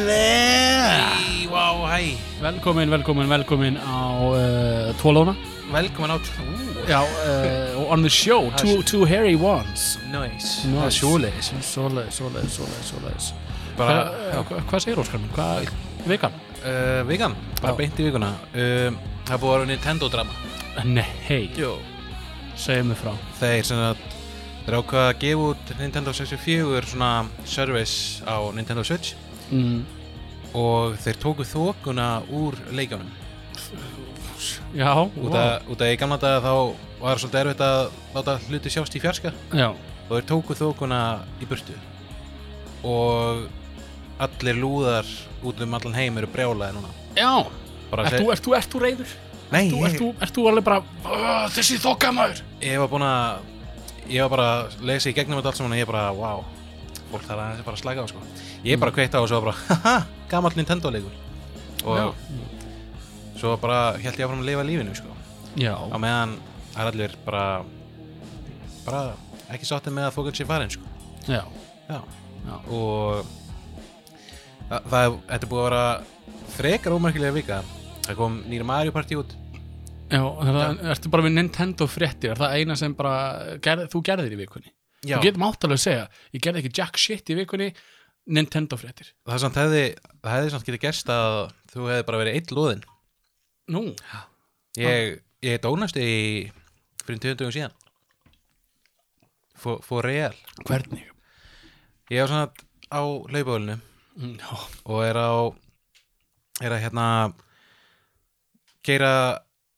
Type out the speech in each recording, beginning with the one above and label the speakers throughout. Speaker 1: sæði
Speaker 2: Í, vá, hæ
Speaker 1: Velkomin, velkomin, velkomin á uh, tólóna
Speaker 2: Velkomin á Ú,
Speaker 1: Já, uh, on the show, two, two hairy ones
Speaker 2: nice
Speaker 1: Nice.
Speaker 2: Það er sjóleis
Speaker 1: Svoleiðis, svoleiðis, svoleiðis, svoleiðis
Speaker 2: Bara,
Speaker 1: Hva- hva- Hvað segir Óskar minn? Hvað vikan?
Speaker 2: uh, vikan Bara
Speaker 1: Já.
Speaker 2: beint í vikuna um, Það er búið að vera Nintendo-drama
Speaker 1: Nei, hei,
Speaker 2: Jó
Speaker 1: segir mig frá
Speaker 2: Þeir sem að Þeir ákvaða að gefa út Nintendo 64 svona service á Nintendo Switch
Speaker 1: mm,
Speaker 2: og þeir tóku þókuna úr leikjónum
Speaker 1: Já,
Speaker 2: út,
Speaker 1: wow.
Speaker 2: að- út að í gamla daga þá var svolítið erfitt að láta hluti sjást í fjarska
Speaker 1: Já,
Speaker 2: og þeir tóku þókuna í burtu og allir lúðar út um allan heim eru brjálaði núna
Speaker 1: já
Speaker 2: Bara
Speaker 1: Ert
Speaker 2: þeir-
Speaker 1: þú, ert þú, ert þú reyður?
Speaker 2: Nei,
Speaker 1: Þú, ert,
Speaker 2: ég,
Speaker 1: þú, ert þú alveg bara "Ah, Þessi þokka maður
Speaker 2: ég var búinn að ég var bara að lesa í gegnum þetta allt saman og ég bara, wow fólk þarf aðeins að bara slæka á sko ég
Speaker 1: Mm.
Speaker 2: bara kveitt á og svo bara, haha, gamall Nintendo leikur og svo bara held ég áfram að lifa lífinu sko
Speaker 1: Já,
Speaker 2: á meðan það er allir bara bara ekki sáttið með að fókast sér farin sko
Speaker 1: já,
Speaker 2: já,
Speaker 1: já
Speaker 2: og það, það er, þetta er búið að vera frekar ómerkilega vika það kom nýra Mario Party út
Speaker 1: Já, er það, ertu bara við Nintendo fréttir, er það eina sem bara gerð, þú gerðir í vikunni?
Speaker 2: já,
Speaker 1: Þú getum áttalega að segja, ég gerði ekki jack shit í vikunni, Nintendo fréttir.
Speaker 2: það er samt hefði það hefði samt getið gerst að þú hefði bara verið eitt loðin
Speaker 1: Nú,
Speaker 2: ég, ég dónast í fyrir 20 dögum síðan fór, fór real
Speaker 1: hvernig?
Speaker 2: ég var svona á laupahólinu
Speaker 1: Mm, Já,
Speaker 2: og er á er að hérna keira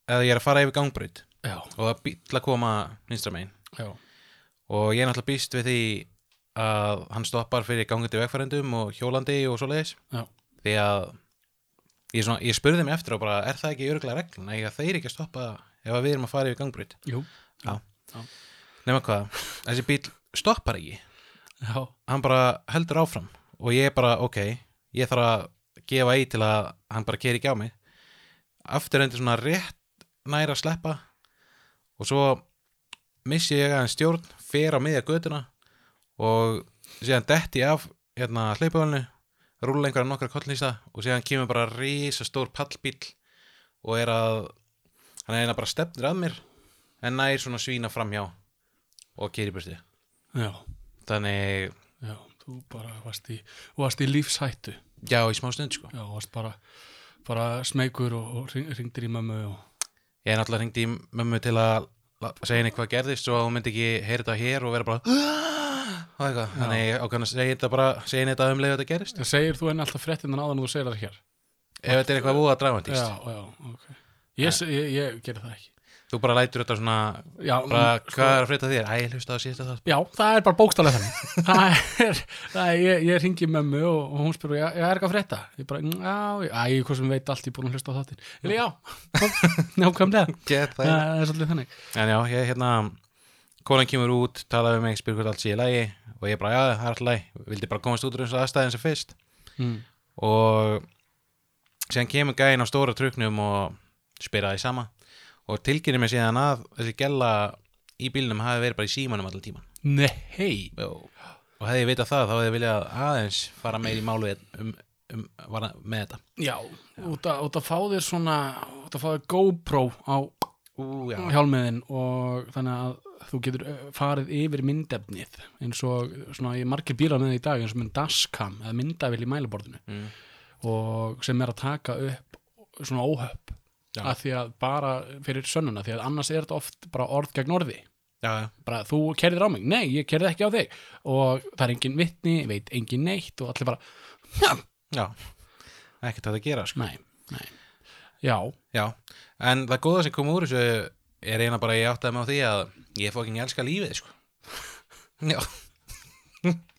Speaker 2: eða ég er að fara yfir gangbraut
Speaker 1: já,
Speaker 2: og það er bíll að koma vinstra megin
Speaker 1: já,
Speaker 2: og ég er náttúrulega býst við því að hann stoppar fyrir gangandi vegfærendum og hjólandi og svoleiðis
Speaker 1: já,
Speaker 2: því að ég, svona, ég spurði mig eftir og bara er það ekki örgulega reglun að þeir ekki að stoppa ef að við erum að fara yfir gangbraut
Speaker 1: jú,
Speaker 2: nema hvað, þessi bíll stoppar ekki
Speaker 1: já,
Speaker 2: hann bara heldur áfram og ég bara, ok, ég þarf að gefa í til að hann bara keri ekki á mig aftur endur svona rétt næra að sleppa og svo missi ég aðeins stjórn fer á miðja götuna og síðan detti ég af hérna hleypavölinu, rúla einhverja nokkra kollnýsta og síðan kemur bara risa stór pallbíl og er að hann er eina bara stefnir að mér en nær svona svína framhjá og keri burti
Speaker 1: já,
Speaker 2: þannig
Speaker 1: já, þú bara varst í, þú varst í lífshættu,
Speaker 2: Já, í smá stund sko
Speaker 1: já, þú varst bara, bara smeykur og, og hring, hringdir í mömmu og,
Speaker 2: Ég er náttúrulega hringdi í mömmu til að la- segja henni hvað gerðist og hún myndi ekki heyra þetta hér og vera bara og eitthvað, þannig ég ákvæmna segja henni þetta bara segja henni þetta um leið að þetta gerist
Speaker 1: segir þú henni alltaf fréttindan áðan og þú segir það hér?
Speaker 2: ef þetta er eitthvað vóða dramatíst
Speaker 1: Já, já, ok. Ég, se- ég, ég gerði það ekki.
Speaker 2: Þú bara lætur þetta svona
Speaker 1: Já, mm, sko-
Speaker 2: bara, hvað er að frétta þér? Æ, ég hlusta á síðasta þátt
Speaker 1: Já, það er bara bókstálega þannig það er, það er, ég, ég ringi mömmu og, og hún spyrir, já, ég er ekki að frétta ég bara, "Mm, já, já, ég hvað sem veit allt, ég er búin að hlusta á þáttinn ég bara, já, nákvæmlega
Speaker 2: Get
Speaker 1: það er svolítið þannig
Speaker 2: En já, ég hérna konan kemur út, talaði við mig, spyr hvort allt sé í lagi og ég bara, já, það er allt í lagi vildi bara komast út úr þessu aðstæðin sem fyrst
Speaker 1: mm.
Speaker 2: og síðan kemur gæinn á stóra truknum og spyr að því sama og tilkynni mér síðan að þessi gella í bílnum hafi verið bara í símanum allan tíman
Speaker 1: Nei,
Speaker 2: og, og hefði ég vitað það þá hefði ég viljað aðeins fara meir í málu um, um, var, með þetta
Speaker 1: já, út að, út að fá þér svona út að fá þér GoPro á
Speaker 2: Ú, já,
Speaker 1: hjálmiðin og þannig að þú getur ö, farið yfir myndefnið eins og svona, ég margir bílar með það í dag eins og mynd dashcam eða myndavill í mælaborðinu
Speaker 2: Mm.
Speaker 1: og sem er að taka upp svona óhöpp
Speaker 2: Já.
Speaker 1: að því að bara fyrir sönnuna því að annars er þetta oft bara orð gegn orði
Speaker 2: já, já,
Speaker 1: bara þú kerðir á mig, nei ég kerði ekki á þig og það er engin vitni, veit engin neitt og allir bara,
Speaker 2: já ekkert hægt að gera sko.
Speaker 1: nei, nei já,
Speaker 2: já, en það góða sem kom úr þessu er eina bara að ég áttaði mig á því að ég fóking elska lífið sko. já,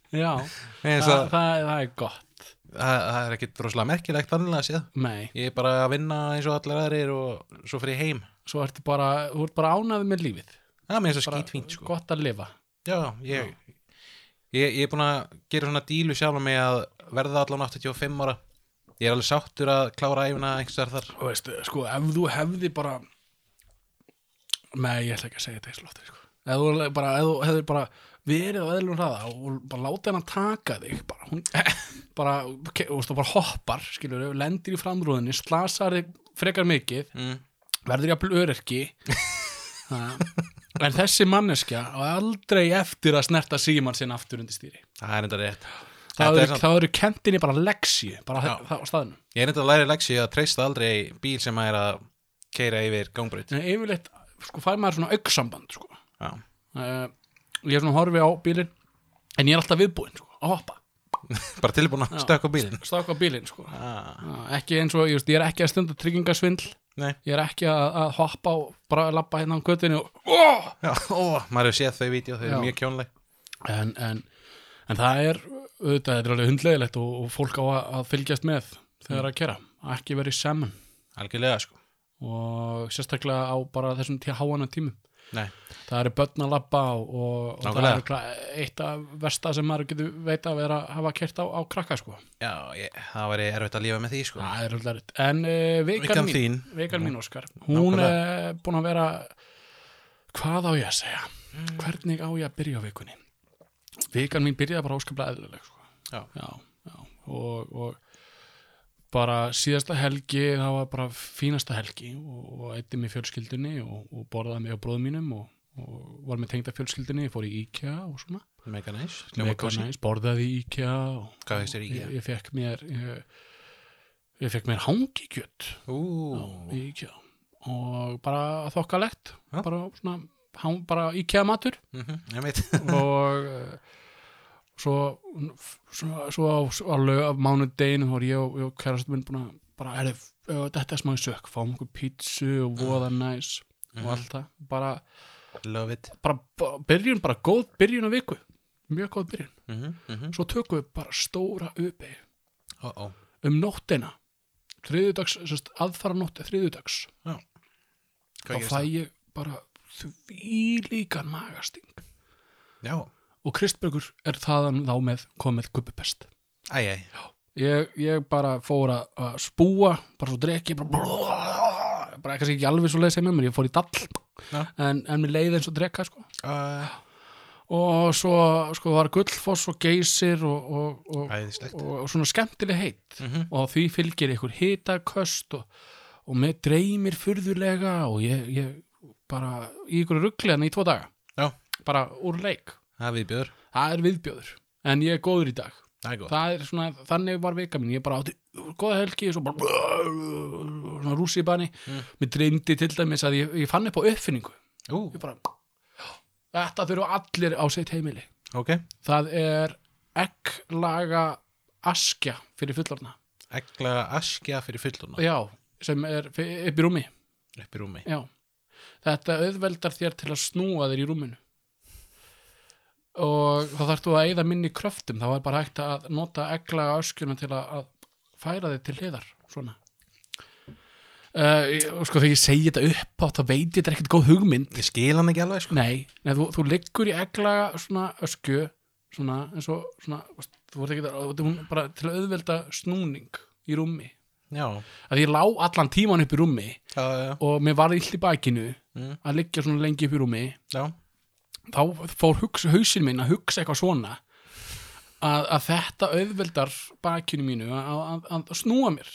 Speaker 1: já
Speaker 2: eins
Speaker 1: það,
Speaker 2: og
Speaker 1: það, það er gott
Speaker 2: það, það er ekkert droslega merkilegt þannig að séð
Speaker 1: nei,
Speaker 2: Ég er bara að vinna eins og allir aðrir og svo fyrir heim.
Speaker 1: svo ertu bara, þú ert bara ánæðið með lífið
Speaker 2: Það er mér svo
Speaker 1: bara
Speaker 2: skítfínt, sko.
Speaker 1: gott að lifa
Speaker 2: Já, ég, ég, ég er búin að gera svona dílu sjálf með að verða allan 85 ára. Ég er alveg sáttur að klára æfina einhvers þar þar.
Speaker 1: og veist, sko, ef þú hefði bara nei, ég ætla ekki að segja þetta í slóttir, sko ef þú le- bara, ef þú hefði bara verið á eðlum hraða og bara láta henn að taka þig bara, hún, bara, ke- og þú bara hoppar skilur, lendir í framrúðinni, slasar þig frekar mikið,
Speaker 2: mm.
Speaker 1: verður jafnvel öryrki Ha, en þessi manneskja á aldrei eftir að snerta síman sinn aftur undir stýri
Speaker 2: Það er enda rétt
Speaker 1: það
Speaker 2: Þetta er
Speaker 1: eru,
Speaker 2: samt-
Speaker 1: það eru kentinni bara leksi bara
Speaker 2: Já.
Speaker 1: það á staðinu
Speaker 2: Ég er enda að læra leksi að treysta aldrei bíl sem er að keira yfir gangbrut
Speaker 1: en yfirleitt sko, fær maður svona auksamband sko.
Speaker 2: Já,
Speaker 1: uh, ég er svona horfi á bílinn en ég er alltaf viðbúinn sko, að hoppa,
Speaker 2: bara tilbúin að
Speaker 1: Já.
Speaker 2: stökka bílinn
Speaker 1: stakka bílinn sko.
Speaker 2: ah,
Speaker 1: Já, ekki eins og, ég, veist, ég er ekki að stunda tryggingasvindl
Speaker 2: Nei,
Speaker 1: ég er ekki að, að hoppa og bara lappa hérna á göttinu og, oh!
Speaker 2: já, ó, maður hefur séð þau vídeo, þau
Speaker 1: Já.
Speaker 2: eru mjög kjónleg
Speaker 1: en, en, en það er auðvitað, þetta er alveg hundlegilegt og, og fólk á að, að fylgjast með þegar að kera ekki verið saman
Speaker 2: Algjörlega, sko
Speaker 1: og sérstaklega á bara þessum til háana tímum
Speaker 2: Nei, það
Speaker 1: það eru börn að labba og, og það
Speaker 2: Nákvæmlega.
Speaker 1: er klá- eitt af versta sem maður getur veit að vera að hafa kert á, á krakka sko.
Speaker 2: já, ég, það væri erfitt að lífa með því, sko
Speaker 1: það er alltaf rétt en uh, vikan
Speaker 2: Vikan
Speaker 1: mín,
Speaker 2: þín Mhm.
Speaker 1: vikan mín Óskar hún
Speaker 2: Nákvæmlega.
Speaker 1: er búin að vera hvað á ég að segja hvernig á ég að byrja á vikunni vikan mín byrjaði bara óskaplega eðlileg sko.
Speaker 2: Já.
Speaker 1: Já, já. Og, og bara síðasta helgi það var bara fínasta helgi og, og eitthi með fjölskyldunni og, og borðaði mig á bróðum mínum og, og var með tengda fjölskyldunni, ég fór í IKEA og svona
Speaker 2: Mega næs, hljóma
Speaker 1: Mega
Speaker 2: kósi
Speaker 1: næs, borðaði í IKEA og
Speaker 2: Hvað finnst þér í IKEA?
Speaker 1: Ég, ég fekk mér ég, ég fekk mér hangikjöt
Speaker 2: Ú,
Speaker 1: í IKEA og bara þokkalegt
Speaker 2: Já.
Speaker 1: bara svona hang, bara IKEA matur
Speaker 2: mhm, ég veit
Speaker 1: og eh, svo svo, svo á, svo á lög af mánudeginu þá er ég og, ég og kærastum minn búin að bara, herri, eh, þetta er smá í sök fáum okkur pítsu og voða næs og allt það, bara,
Speaker 2: Love it
Speaker 1: bara, bara byrjun, bara góð byrjun á viku, mjög góð byrjun
Speaker 2: Mhm, mhm.
Speaker 1: svo tökum við bara stóra uppi
Speaker 2: Ó, ó,
Speaker 1: um nóttina þriðudags, sérst, aðfara nótti þriðudags, þá
Speaker 2: hvað gerist
Speaker 1: fæ
Speaker 2: það?
Speaker 1: ég bara því líkan magasting
Speaker 2: Já,
Speaker 1: og Kristbergur er þaðan þá með komið gubbupest
Speaker 2: æ, æ,
Speaker 1: ég, ég bara fór að- að spúa bara svo dreki bara, bara kannski ekki alveg svo leið sem ég mér ég fór í dall
Speaker 2: Já.
Speaker 1: en, en mér leið eins og dreka sko.
Speaker 2: uh,
Speaker 1: og svo sko, var gullfoss og geysir og, og, og,
Speaker 2: æðislegt
Speaker 1: og, og svona skemmtileg heitt
Speaker 2: Mhm.
Speaker 1: og því fylgir ykkur hitaköst og, og með dreymir furðulega og ég, ég bara í ykkur ruggleðan í tvo daga
Speaker 2: Já.
Speaker 1: bara úr leik,
Speaker 2: Það er viðbjör,
Speaker 1: það er viðbjóður en ég er góður í dag
Speaker 2: það er góð
Speaker 1: það er svona, þannig var vika mín ég bara átti góða helgi svo bara svona rúsi í bani mér dreymdi til dæmis að ég, ég fann upp á uppfinningu
Speaker 2: Ú,
Speaker 1: ég bara, þetta þurfa allir á sitt heimili
Speaker 2: ok,
Speaker 1: Það er egklaga askja fyrir fullorna.
Speaker 2: egla askja fyrir fulluna
Speaker 1: Já, sem er fi- upp í rúmi.
Speaker 2: upp í rúmi
Speaker 1: Já. Þetta auðveldar þér til að snúa þér í rúminu. Og þá þarf þú að eyða minni kröftum. Það var bara hægt að nota egklaga askjuna til að, að færa þig til hliðar. Svona. Uh, ég- og sko þegar ég segi þetta upp átt þá veit ég þetta er ekkert góð hugmynd
Speaker 2: Ég skil hann ekki alveg sko
Speaker 1: Nei, nei þú, þú liggur í eglaga svona ösku svona, eins og svona, veist, þú voru ekki að, hún bara til að auðvelda snúning í rúmi.
Speaker 2: Já,
Speaker 1: Að ég lá allan tíman upp í rúmi
Speaker 2: já, já,
Speaker 1: og mér var illt í bakinu
Speaker 2: Mm.
Speaker 1: að liggja svona lengi upp í rúmi
Speaker 2: já
Speaker 1: þá fór hugsa, hausinn minn að hugsa eitthvað svona að, að þetta auðveldar bakinu mínu að, að, að snúa mér.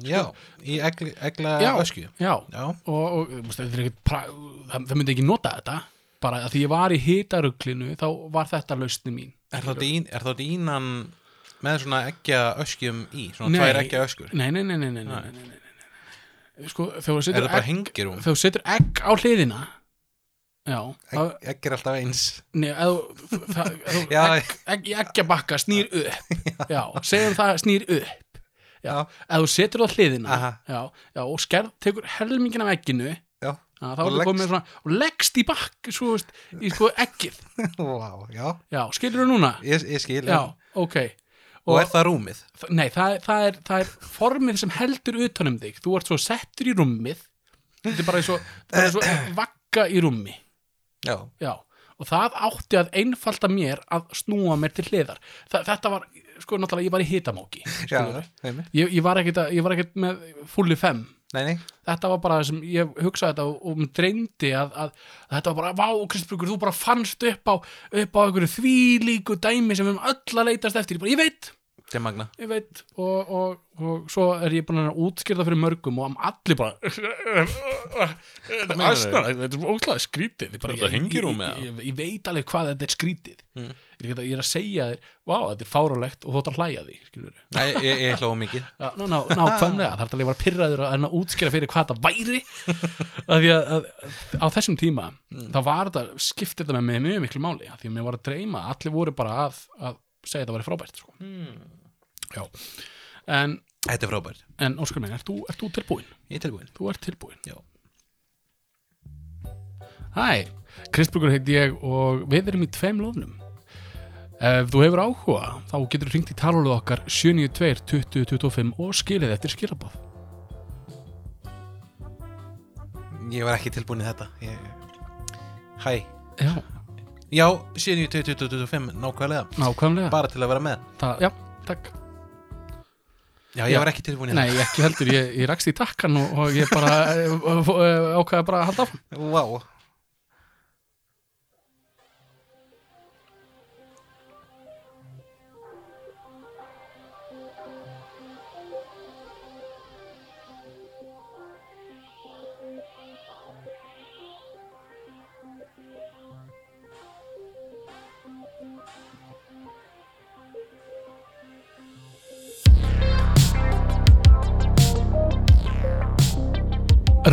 Speaker 2: Já, í egla, egla
Speaker 1: Já.
Speaker 2: öskju
Speaker 1: Já,
Speaker 2: Já,
Speaker 1: og, og þú veist, þetta er ekkert pra- það, það myndi ekki nota þetta bara að því ég var í hitaruglinu þá var þetta lausni mín.
Speaker 2: er þá, dín, er þá dínan með svona eggja öskjum í Svona
Speaker 1: Nei.
Speaker 2: tvær eggja öskur
Speaker 1: Nei, nei, nei, nei, nei, nei, nei, nei, nei, nei. Sko, þegar þú
Speaker 2: Er
Speaker 1: setur,
Speaker 2: það bara
Speaker 1: egg,
Speaker 2: hengirum?
Speaker 1: þegar þú setur egg á hliðina Já, þá-
Speaker 2: Egg er alltaf eins
Speaker 1: nei, eða þú- það- ef þú-
Speaker 2: Já.
Speaker 1: egg, egg, í eggjabakka snýr upp Já, segjum það snýr upp Já,
Speaker 2: Já.
Speaker 1: ef þú setur það á hliðina
Speaker 2: Aha.
Speaker 1: já, já, og skerð, tekur helmingin af egginu já,
Speaker 2: Já,
Speaker 1: þá er
Speaker 2: Og
Speaker 1: það
Speaker 2: leggst.
Speaker 1: komið svona og leggst í bakk, svo veist, í sko eggið
Speaker 2: Vá, já
Speaker 1: Já, skilur þú núna?
Speaker 2: Ég, ég skil
Speaker 1: Já, ok
Speaker 2: Og er það rúmið?
Speaker 1: Þa- Nei, það, er- það, er, það er formið sem heldur utanum þig. Þú ert svo settur í rúmið. Þetta er bara eins og, bara eins og vakka í rúmi.
Speaker 2: Já,
Speaker 1: Já. Og það átti að einfalda mér að snúa mér til hliðar. Þa, þetta var, sko, náttúrulega, ég var í hitamóki.
Speaker 2: já,
Speaker 1: skilurðu.
Speaker 2: heimi
Speaker 1: Ég, ég, var ekkit að, ég var ekkit með fulli fem.
Speaker 2: nei, nei
Speaker 1: þetta var bara það sem ég hugsaði þetta og, og mér dreyndi að, að, að þetta var bara, vá Kristbjörgur, þú bara fannst upp á upp á einhverju þvílíku dæmi sem við erum öll að leitast eftir, ég bara, ég veit
Speaker 2: Þetta er magna
Speaker 1: ég veit og, og, og svo er ég búin að útskýrða fyrir mörgum og allir bara þetta er
Speaker 2: meinarðu?
Speaker 1: aðstæða, þetta er óslega skrítið Ég bara-
Speaker 3: Þetta
Speaker 1: ég-
Speaker 3: hengir
Speaker 1: ég-
Speaker 3: hún með Mm.
Speaker 1: ég, ég, ég veit alveg hvað þetta er skrítið ég, get að, ég er að segja þér, vá, þetta er fárálegt og þú ætlar að hlæja því, skilur
Speaker 2: Nei, ég, ég hlóa mikið
Speaker 1: Já, ná, ná, nákvæmlega, þarf alveg að vera pyrraður en að útskýra fyrir hvað það væri af því að, að á þessum tíma þá var þetta, skipti þetta með mig mjög miklu máli, af því að mér var að dreyma að allir voru bara að, að segja þetta væri frábært sko. já, en,
Speaker 2: Þetta er frábært
Speaker 1: en Óskar minn, ert þú, ert þú tilbúin?
Speaker 2: Ég er tilbúin
Speaker 1: Þú ert tilbúin
Speaker 2: Já.
Speaker 1: Hæ, Kristbjörgur heit ég og við erum í tveim lofnum Ef þú hefur áhuga þá getur þú ringt í talóluð okkar 792 20 25 og skilið eftir skilabóð
Speaker 2: Ég var ekki tilbúin í þetta ég... Hæ
Speaker 1: Já,
Speaker 2: Já, 7.20.25, nákvæmlega
Speaker 1: nákvæmlega
Speaker 2: Bara til að vera með
Speaker 1: Það- Já, takk
Speaker 2: Já, ég
Speaker 1: Já.
Speaker 2: var ekki tilbúin í
Speaker 1: Nei, ekki heldur, ég, ég rakst í takkan og, og ég bara eh, eh, ákvaði bara að halda áfram
Speaker 2: þetta Vá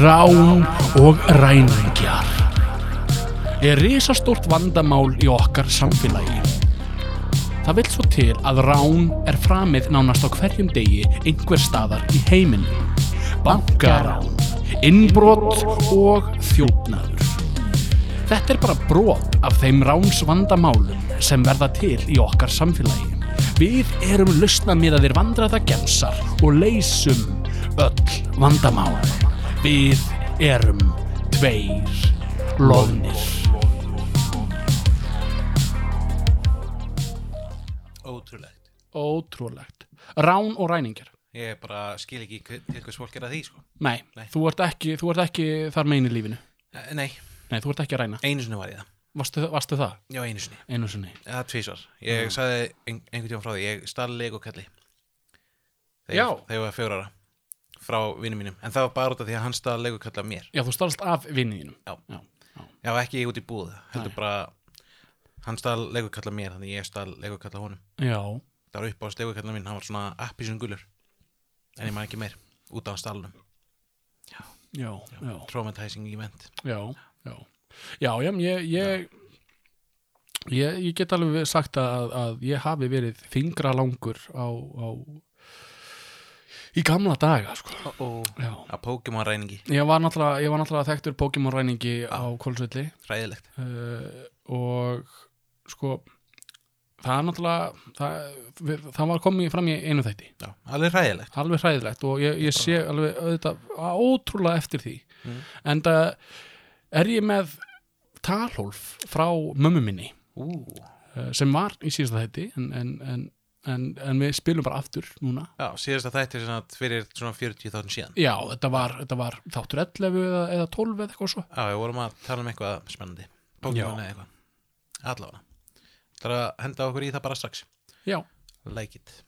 Speaker 1: Rán og ræningjar er risastórt vandamál í okkar samfélagi. Það vil svo til að rán er framið nánast á hverjum degi einhver staðar í heiminum. Bankarán, innbrot og þjófnaður. Þetta er bara brot af þeim ránsvandamálum sem verða til í okkar samfélagi. Við erum lausnamiðaðir vandræðagemsar og leysum öll vandamál. Við erum tveir loðnir.
Speaker 2: Ótrúlegt
Speaker 1: Ótrúlegt. Rán og ræningar.
Speaker 2: Ég bara skil ekki hve- til hvers fólk er að því, sko
Speaker 1: Nei,
Speaker 2: Nei.
Speaker 1: Þú, ert ekki, þú ert ekki þar megin í lífinu.
Speaker 2: Eh, Nei,
Speaker 1: Nei, þú ert ekki að ræna.
Speaker 2: einu sinni var ég það
Speaker 1: Varstu, varstu það?
Speaker 2: Já, einu sinni
Speaker 1: Einu sinni.
Speaker 2: Það tvísvar Ég sagði ein, einhvern tíma frá því Ég stali legokalli
Speaker 1: Já.
Speaker 2: Þegar þegar ég var fjóra ára Frá vinnum mínum En það var bara út af því að hann stali legokalli af mér
Speaker 1: Já, þú stalst af vinniðinum.
Speaker 2: Já.
Speaker 1: Já.
Speaker 2: Já, ekki út í búð Heldur bara Hann stali legokalli af mér Þannig ég stali legokalli af honum
Speaker 1: Já.
Speaker 2: Það var upp á slegokallina mín Hann var svona appi sem gulur En ég maður ekki meir Út af stalunum
Speaker 1: Já. Já.
Speaker 2: Traumatizing event
Speaker 1: já, já já, já, ég ég, ég, ég get alveg sagt að, að ég hafi verið fingra langur á, á í gamla daga sko.
Speaker 2: uh -oh.
Speaker 1: já
Speaker 2: Að Pokémon ræningi
Speaker 1: Ég var náttúrulega, ég var náttúrulega þekktur Pokémon ræningi á Kolsvelli
Speaker 2: Ræðilegt
Speaker 1: uh, og sko það er náttúrulega það, við, það var komið fram í einu þætti
Speaker 2: Já, alveg ræðilegt
Speaker 1: alveg hræðilegt og ég, ég sé alveg auðvitað ótrúlega eftir því mm. en það er ég með talhólf frá mömmu minni
Speaker 2: Ú
Speaker 1: eh, sem var í síðasta þætti en, en, en, en, en við spilum bara aftur núna
Speaker 2: Já, síðasta þætti er svona fyrir svona 40 þáttum síðan
Speaker 1: já, þetta var, þetta var þáttur 11 eða, eða 12 eða eitthvað svo
Speaker 2: Já, við vorum að tala um eitthvað spennandi Pokémon
Speaker 1: Já.
Speaker 2: eða eitthvað Allavega Það er að henda okkur í það bara strax
Speaker 1: já,
Speaker 2: Like it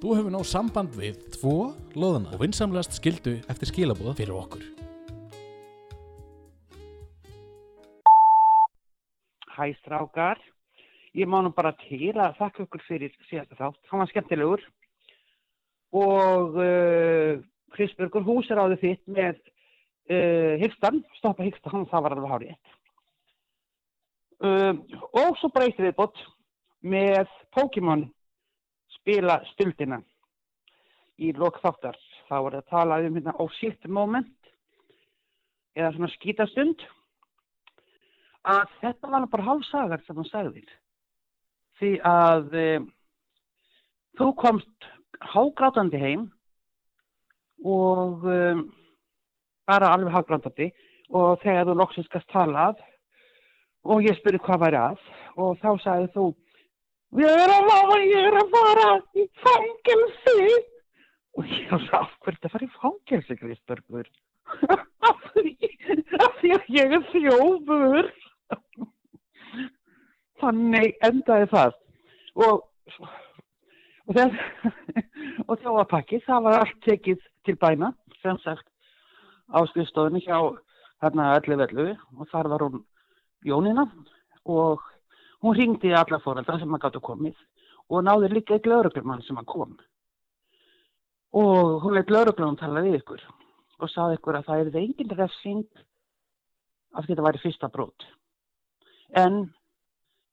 Speaker 1: þú hefur náð samband við
Speaker 4: Tvo loðuna
Speaker 1: og vinsamlegast skildu
Speaker 4: eftir skilabóð
Speaker 1: fyrir okkur
Speaker 5: Hæ strákar, ég má nú bara til að þakka ykkur fyrir síðasta þátt, hann var skemmtilegur og uh, Krisbjörgur hús er áður þitt með uh, hyggstan, stoppa hyggstan, það var alveg hárið. Um, og svo breyti viðbót með Pokémon spila stundina í lok þáttar. Þá var það að tala um hérna oh shit moment eða svona skítastund að þetta var nú bara hálfsagar sem þú sagðir. Því að e, þú komst hágrátandi heim og e, bara alveg hágrátandi og þegar þú loksins gast talað og ég spurði hvað væri að og þá sagði þú Ég er að fara, ég er að fara í fangelsi. Og ég var svo, af hverju þetta fara í fangelsi, Kristbergur? af því, af því að ég er þjófur. Þannig endaði það. Og, og, þess, og þjófapakki, það var allt tekið til bæna, sem sagt, á skrifstofunni hjá hérna 11.11 og þar var hún Jónina og hún ringdi í alla fóröldra sem að gáttu komið og náði líka eitt lauruglumann sem að kom og hún leitt lauruglumann tala við ykkur og saði ykkur að það er það engin refsing af því þetta væri fyrsta brot en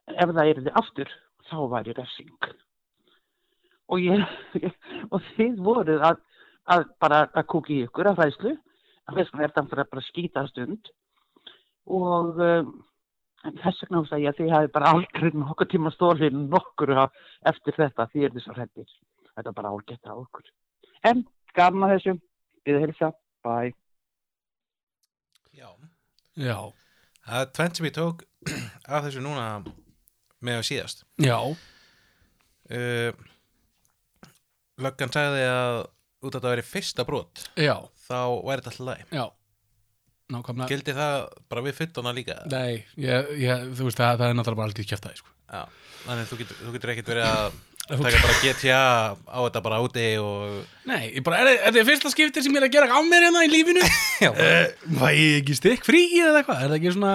Speaker 5: ef það er þið aftur þá væri refsing og ég og þið voruð að, að bara að kúki í ykkur að hræðslu að þess vegna er þetta bara að skýta stund og um, En þess vegna hugsa ég að því hafi bara aldrei nokkuð tíma stólið nokkuru af- eftir þetta því er þess að hrættir. Þetta er bara álgetta á okkur. En gaman að þessu. Við að hilsa. Bye.
Speaker 2: Já.
Speaker 1: Já,
Speaker 2: Það er tvent sem ég tók af þessu núna með að síðast.
Speaker 1: já,
Speaker 2: Uh, Löggan sagði að út af þetta væri fyrsta brot,
Speaker 1: já,
Speaker 2: þá væri þetta alltaf læg.
Speaker 1: já. Nákvæmlega.
Speaker 2: Gildi það bara við 15 líka?
Speaker 1: Nei, ég, ég, þú veist það, það er náttúrulega bara aldrei kjæftæði sko.
Speaker 2: Já, þannig að þú getur, þú getur ekkert verið að
Speaker 1: þú-
Speaker 2: taka bara GTA á þetta bara úti og
Speaker 1: Nei, ég bara, er, er þetta fyrsta skiptið sem ég er að gera á mér hérna í lífinu?
Speaker 2: Já, bara-
Speaker 1: Eh, Væ ég ekki stikk frí eða eitthvað? Er það ekki svona,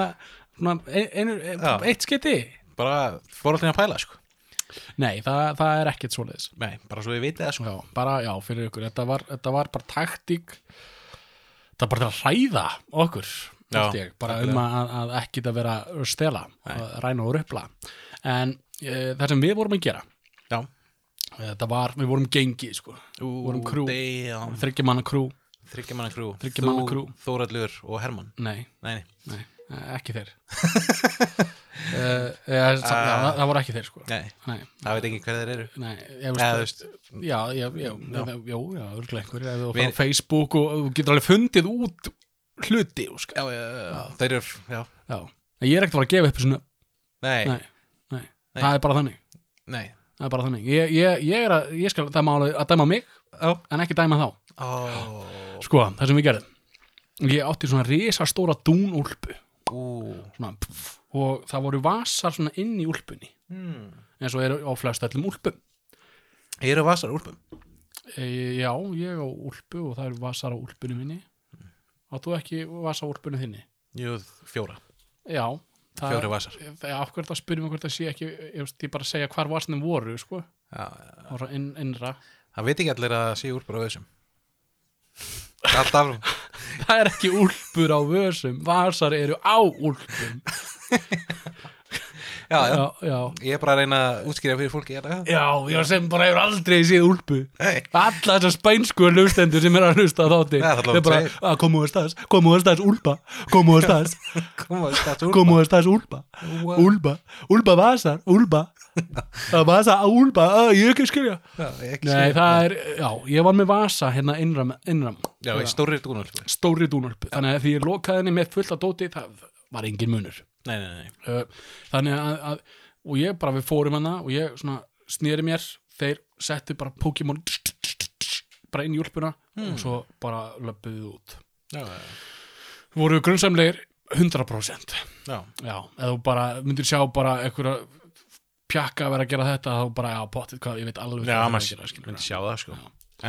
Speaker 1: svona ein, ein, ein,
Speaker 2: Já.
Speaker 1: eitt skipti?
Speaker 2: bara fórhaldin að pæla, sko.
Speaker 1: Nei, það, það er ekkert svoleiðis.
Speaker 2: Nei, bara svo ég veit það, sko.
Speaker 1: Já, bara, já, fyrir ykkur, þetta var, þetta var bara taktík, þetta var bara til að hræða okkur,
Speaker 2: Já,
Speaker 1: held ég, bara um
Speaker 2: algjörlega.
Speaker 1: að, að ekki þetta vera að stela, að ræna og röpla. En e, það sem við vorum að gera,
Speaker 2: Já.
Speaker 1: e, þetta var, við vorum gengi, sko,
Speaker 2: Ú,
Speaker 1: Vorum krú.
Speaker 2: damn.
Speaker 1: þryggja manna krú,
Speaker 2: Þryggja manna krú.
Speaker 1: Þriggja manna krú.
Speaker 2: Þóraldur og Hermann.
Speaker 1: nei,
Speaker 2: Nei, nei.
Speaker 1: nei, e, ekki þeir. e, e,
Speaker 2: Eh.
Speaker 1: já, það, það voru ekki þeir, sko.
Speaker 2: Nei,
Speaker 1: Nei,
Speaker 2: það veit ekki hver þeir eru.
Speaker 1: nei, ég
Speaker 2: Eða, þú veist,
Speaker 1: Já, já, já, já, já, já, örglega einhver ef þú
Speaker 2: Við-
Speaker 1: fara á Facebook og og þú getur alveg fundið út hluti, sko.
Speaker 2: já, já, já, þeir eru, já,
Speaker 1: Já, en ég er ekkert að fara að gefa upp þessu nöfn.
Speaker 2: nei,
Speaker 1: Nei,
Speaker 2: nei,
Speaker 1: nei, það er bara þannig Það er bara þannig, ég, ég, ég er að, ég skal dæma alveg að dæma mig
Speaker 2: Já.
Speaker 1: en ekki dæma þá,
Speaker 2: Ó,
Speaker 1: sko, það sem ég gerði ég átti svona risastóra dúnúlpu
Speaker 2: ú,
Speaker 1: svona, pff, og það voru vasar svona inn í úlpunni
Speaker 2: hmm.
Speaker 1: eins og eru á flest öllum úlpum
Speaker 2: Eru vasar úlpum?
Speaker 1: e, já, ég á úlpu og það eru vasar á úlpunni minni
Speaker 2: Mm.
Speaker 1: áttu ekki vasa á úlpunni þinni
Speaker 2: Jú, fjóra,
Speaker 1: já, það Eh,
Speaker 2: fjóra vasar.
Speaker 1: það er af hverju það spyrir mig hvort það sé ekki ég, veist, ég bara að segja hvar vasnum voru sko,
Speaker 2: Já, já.
Speaker 1: og svo inn, innra
Speaker 2: Það veit ekki allir að það sé úlpur á þessum. Alltaf,
Speaker 1: það er ekki úlpur á vösum vasar eru á úlpum
Speaker 2: já, já.
Speaker 1: já, já,
Speaker 2: Ég er bara að reyna að útskýra fyrir fólki hérna.
Speaker 1: já, já sem bara hefur aldrei séð úlpu
Speaker 2: Nei.
Speaker 1: alla þessar spænsku hlustendur sem er að hlusta á þátti
Speaker 2: Ja, það er alveg
Speaker 1: Þeir bara,
Speaker 2: tveir.
Speaker 1: að komu að staðs, komu að staðs úlpa komu að staðs,
Speaker 2: Koma, þetta er
Speaker 1: komu að staðs úlpa úlpa, úlpa vasar, úlpa að vasa, úlpa, að ég ekki skilja
Speaker 2: Já, ég ekki
Speaker 1: nei,
Speaker 2: sé.
Speaker 1: það er, já, ég var með vasa hérna innram, innram
Speaker 2: Já, í stórri dúnulpu.
Speaker 1: stóri dúnarpu þannig að því ég lokaði henni með fullt að dóti það var engin munur
Speaker 2: Nei, nei, nei.
Speaker 1: Uh, þannig að, að og ég bara við fórum hana og ég svona snýri mér þeir settu bara Pokémon bara inn í úlpuna og svo bara löppuðu út
Speaker 2: Já, já.
Speaker 1: voru grunnsamlegir 100%
Speaker 2: Já,
Speaker 1: já, eða þú bara myndir sjá bara einhverja pjakka að vera að gera þetta þá bara, já, pottið, hvað, ég veit alveg hvað
Speaker 2: já
Speaker 1: það er að
Speaker 2: maður
Speaker 1: gera, skilurðu.
Speaker 2: myndi sjá það, sko.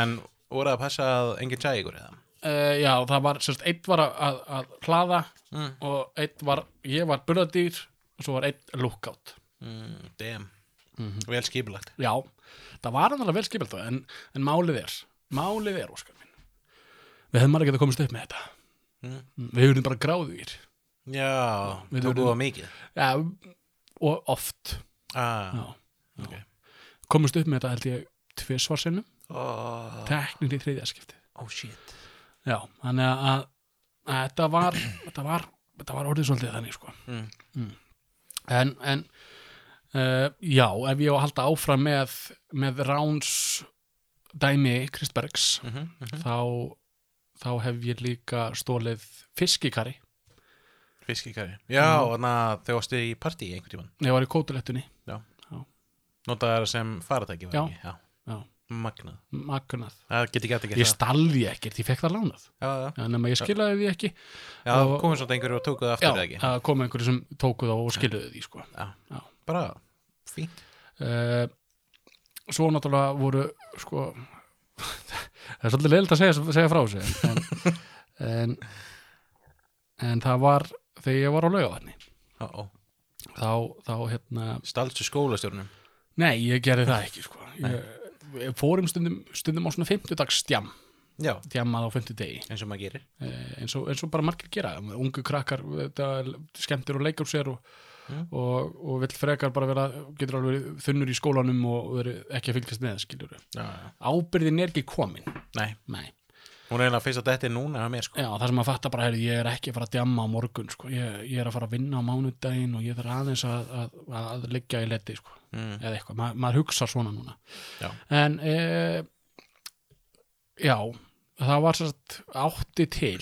Speaker 2: En voru að passa að enginn sæði ykkur eða?
Speaker 1: uh, já, það var sérst, eitt var að, að, að hlaða
Speaker 2: Mm.
Speaker 1: og eitt var, ég var burðadýr og svo var eitt lookout
Speaker 2: Mm, damn. Vel skipulagt.
Speaker 1: já, það var annarlega vel skipilt það en, en málið er, málið er óskar minn, við hefum alveg getað komist upp með þetta,
Speaker 2: Mm.
Speaker 1: við hefum bara gráðugir
Speaker 2: Já,
Speaker 1: Við
Speaker 2: tókuðu
Speaker 1: urðum-
Speaker 2: það mikið.
Speaker 1: ja, og oft
Speaker 2: Ah,
Speaker 1: já,
Speaker 2: ok.
Speaker 1: komist upp með þetta held ég tvisvar sinnum,
Speaker 2: Oh,
Speaker 1: teknir í þriðjaskipti
Speaker 2: oh shit.
Speaker 1: já, þannig að, að, að þetta var, þetta var þetta var orðið svolítið þannig sko
Speaker 2: Mm.
Speaker 1: en, en uh, já, ef ég á að halda áfram með, með Ráns dæmi Kristbergs
Speaker 2: Mm
Speaker 1: þá, þá hef ég líka stólið fiskikari
Speaker 2: Fiskikari. Já, mm. þannig að þau varstu í partí einhvern tíman.
Speaker 1: ég var í kótulettunni
Speaker 2: Já. Notaðar sem faratæki var
Speaker 1: Já.
Speaker 2: ekki Já,
Speaker 1: Já.
Speaker 2: Magnað
Speaker 1: magnað
Speaker 2: Það get ekki að
Speaker 1: ég
Speaker 2: gera það
Speaker 1: stalði ekkert, ég fekk það lánað
Speaker 2: Já, já,
Speaker 1: Já, nema ég skilaði því ekki
Speaker 2: já
Speaker 1: Og-
Speaker 2: komum svolítið einhverju og tóku það aftur
Speaker 1: Já,
Speaker 2: eða ekki
Speaker 1: það komu einhverju sem tóku þá og skiluðu því sko.
Speaker 2: Bara fínt
Speaker 1: uh, Svo náttúrulega voru sko, það er svolítið leilt að segja, segja frá sig en, en, en það var þegar ég var á laugavarni
Speaker 2: Ó, ó.
Speaker 1: þá, þá hérna
Speaker 2: Stalstu skólastjórnum
Speaker 1: Nei, ég gerði það ekki sko. ég, ég fórum stundum, stundum á svona 50 dags stjam,
Speaker 2: Já,
Speaker 1: stjammað á 50 degi
Speaker 2: eins og maður gerir
Speaker 1: Eh, eins og, eins og bara margir gera ungu krakkar, þetta, skemmtir og leikur sér og,
Speaker 2: Mm.
Speaker 1: og, og vill frekar bara vera, getur alveg verið þunnur í skólanum og verið ekki að fylgjast með skiljur
Speaker 2: já, já.
Speaker 1: ábyrðin er ekki komin
Speaker 2: Nei,
Speaker 1: Nei.
Speaker 2: hún er eiginlega fyrst að þetta er núna hjá mér sko
Speaker 1: Já, það sem að fatta bara heyrðu, ég er ekki að fara að djamma á morgun sko. ég, ég er að fara að vinna á mánudaginn og ég þarf aðeins að, að, að, að liggja í leti sko.
Speaker 2: mm.
Speaker 1: eða eitthvað, Ma, maður hugsa svona núna
Speaker 2: Já.
Speaker 1: en e, já það var sérst átti til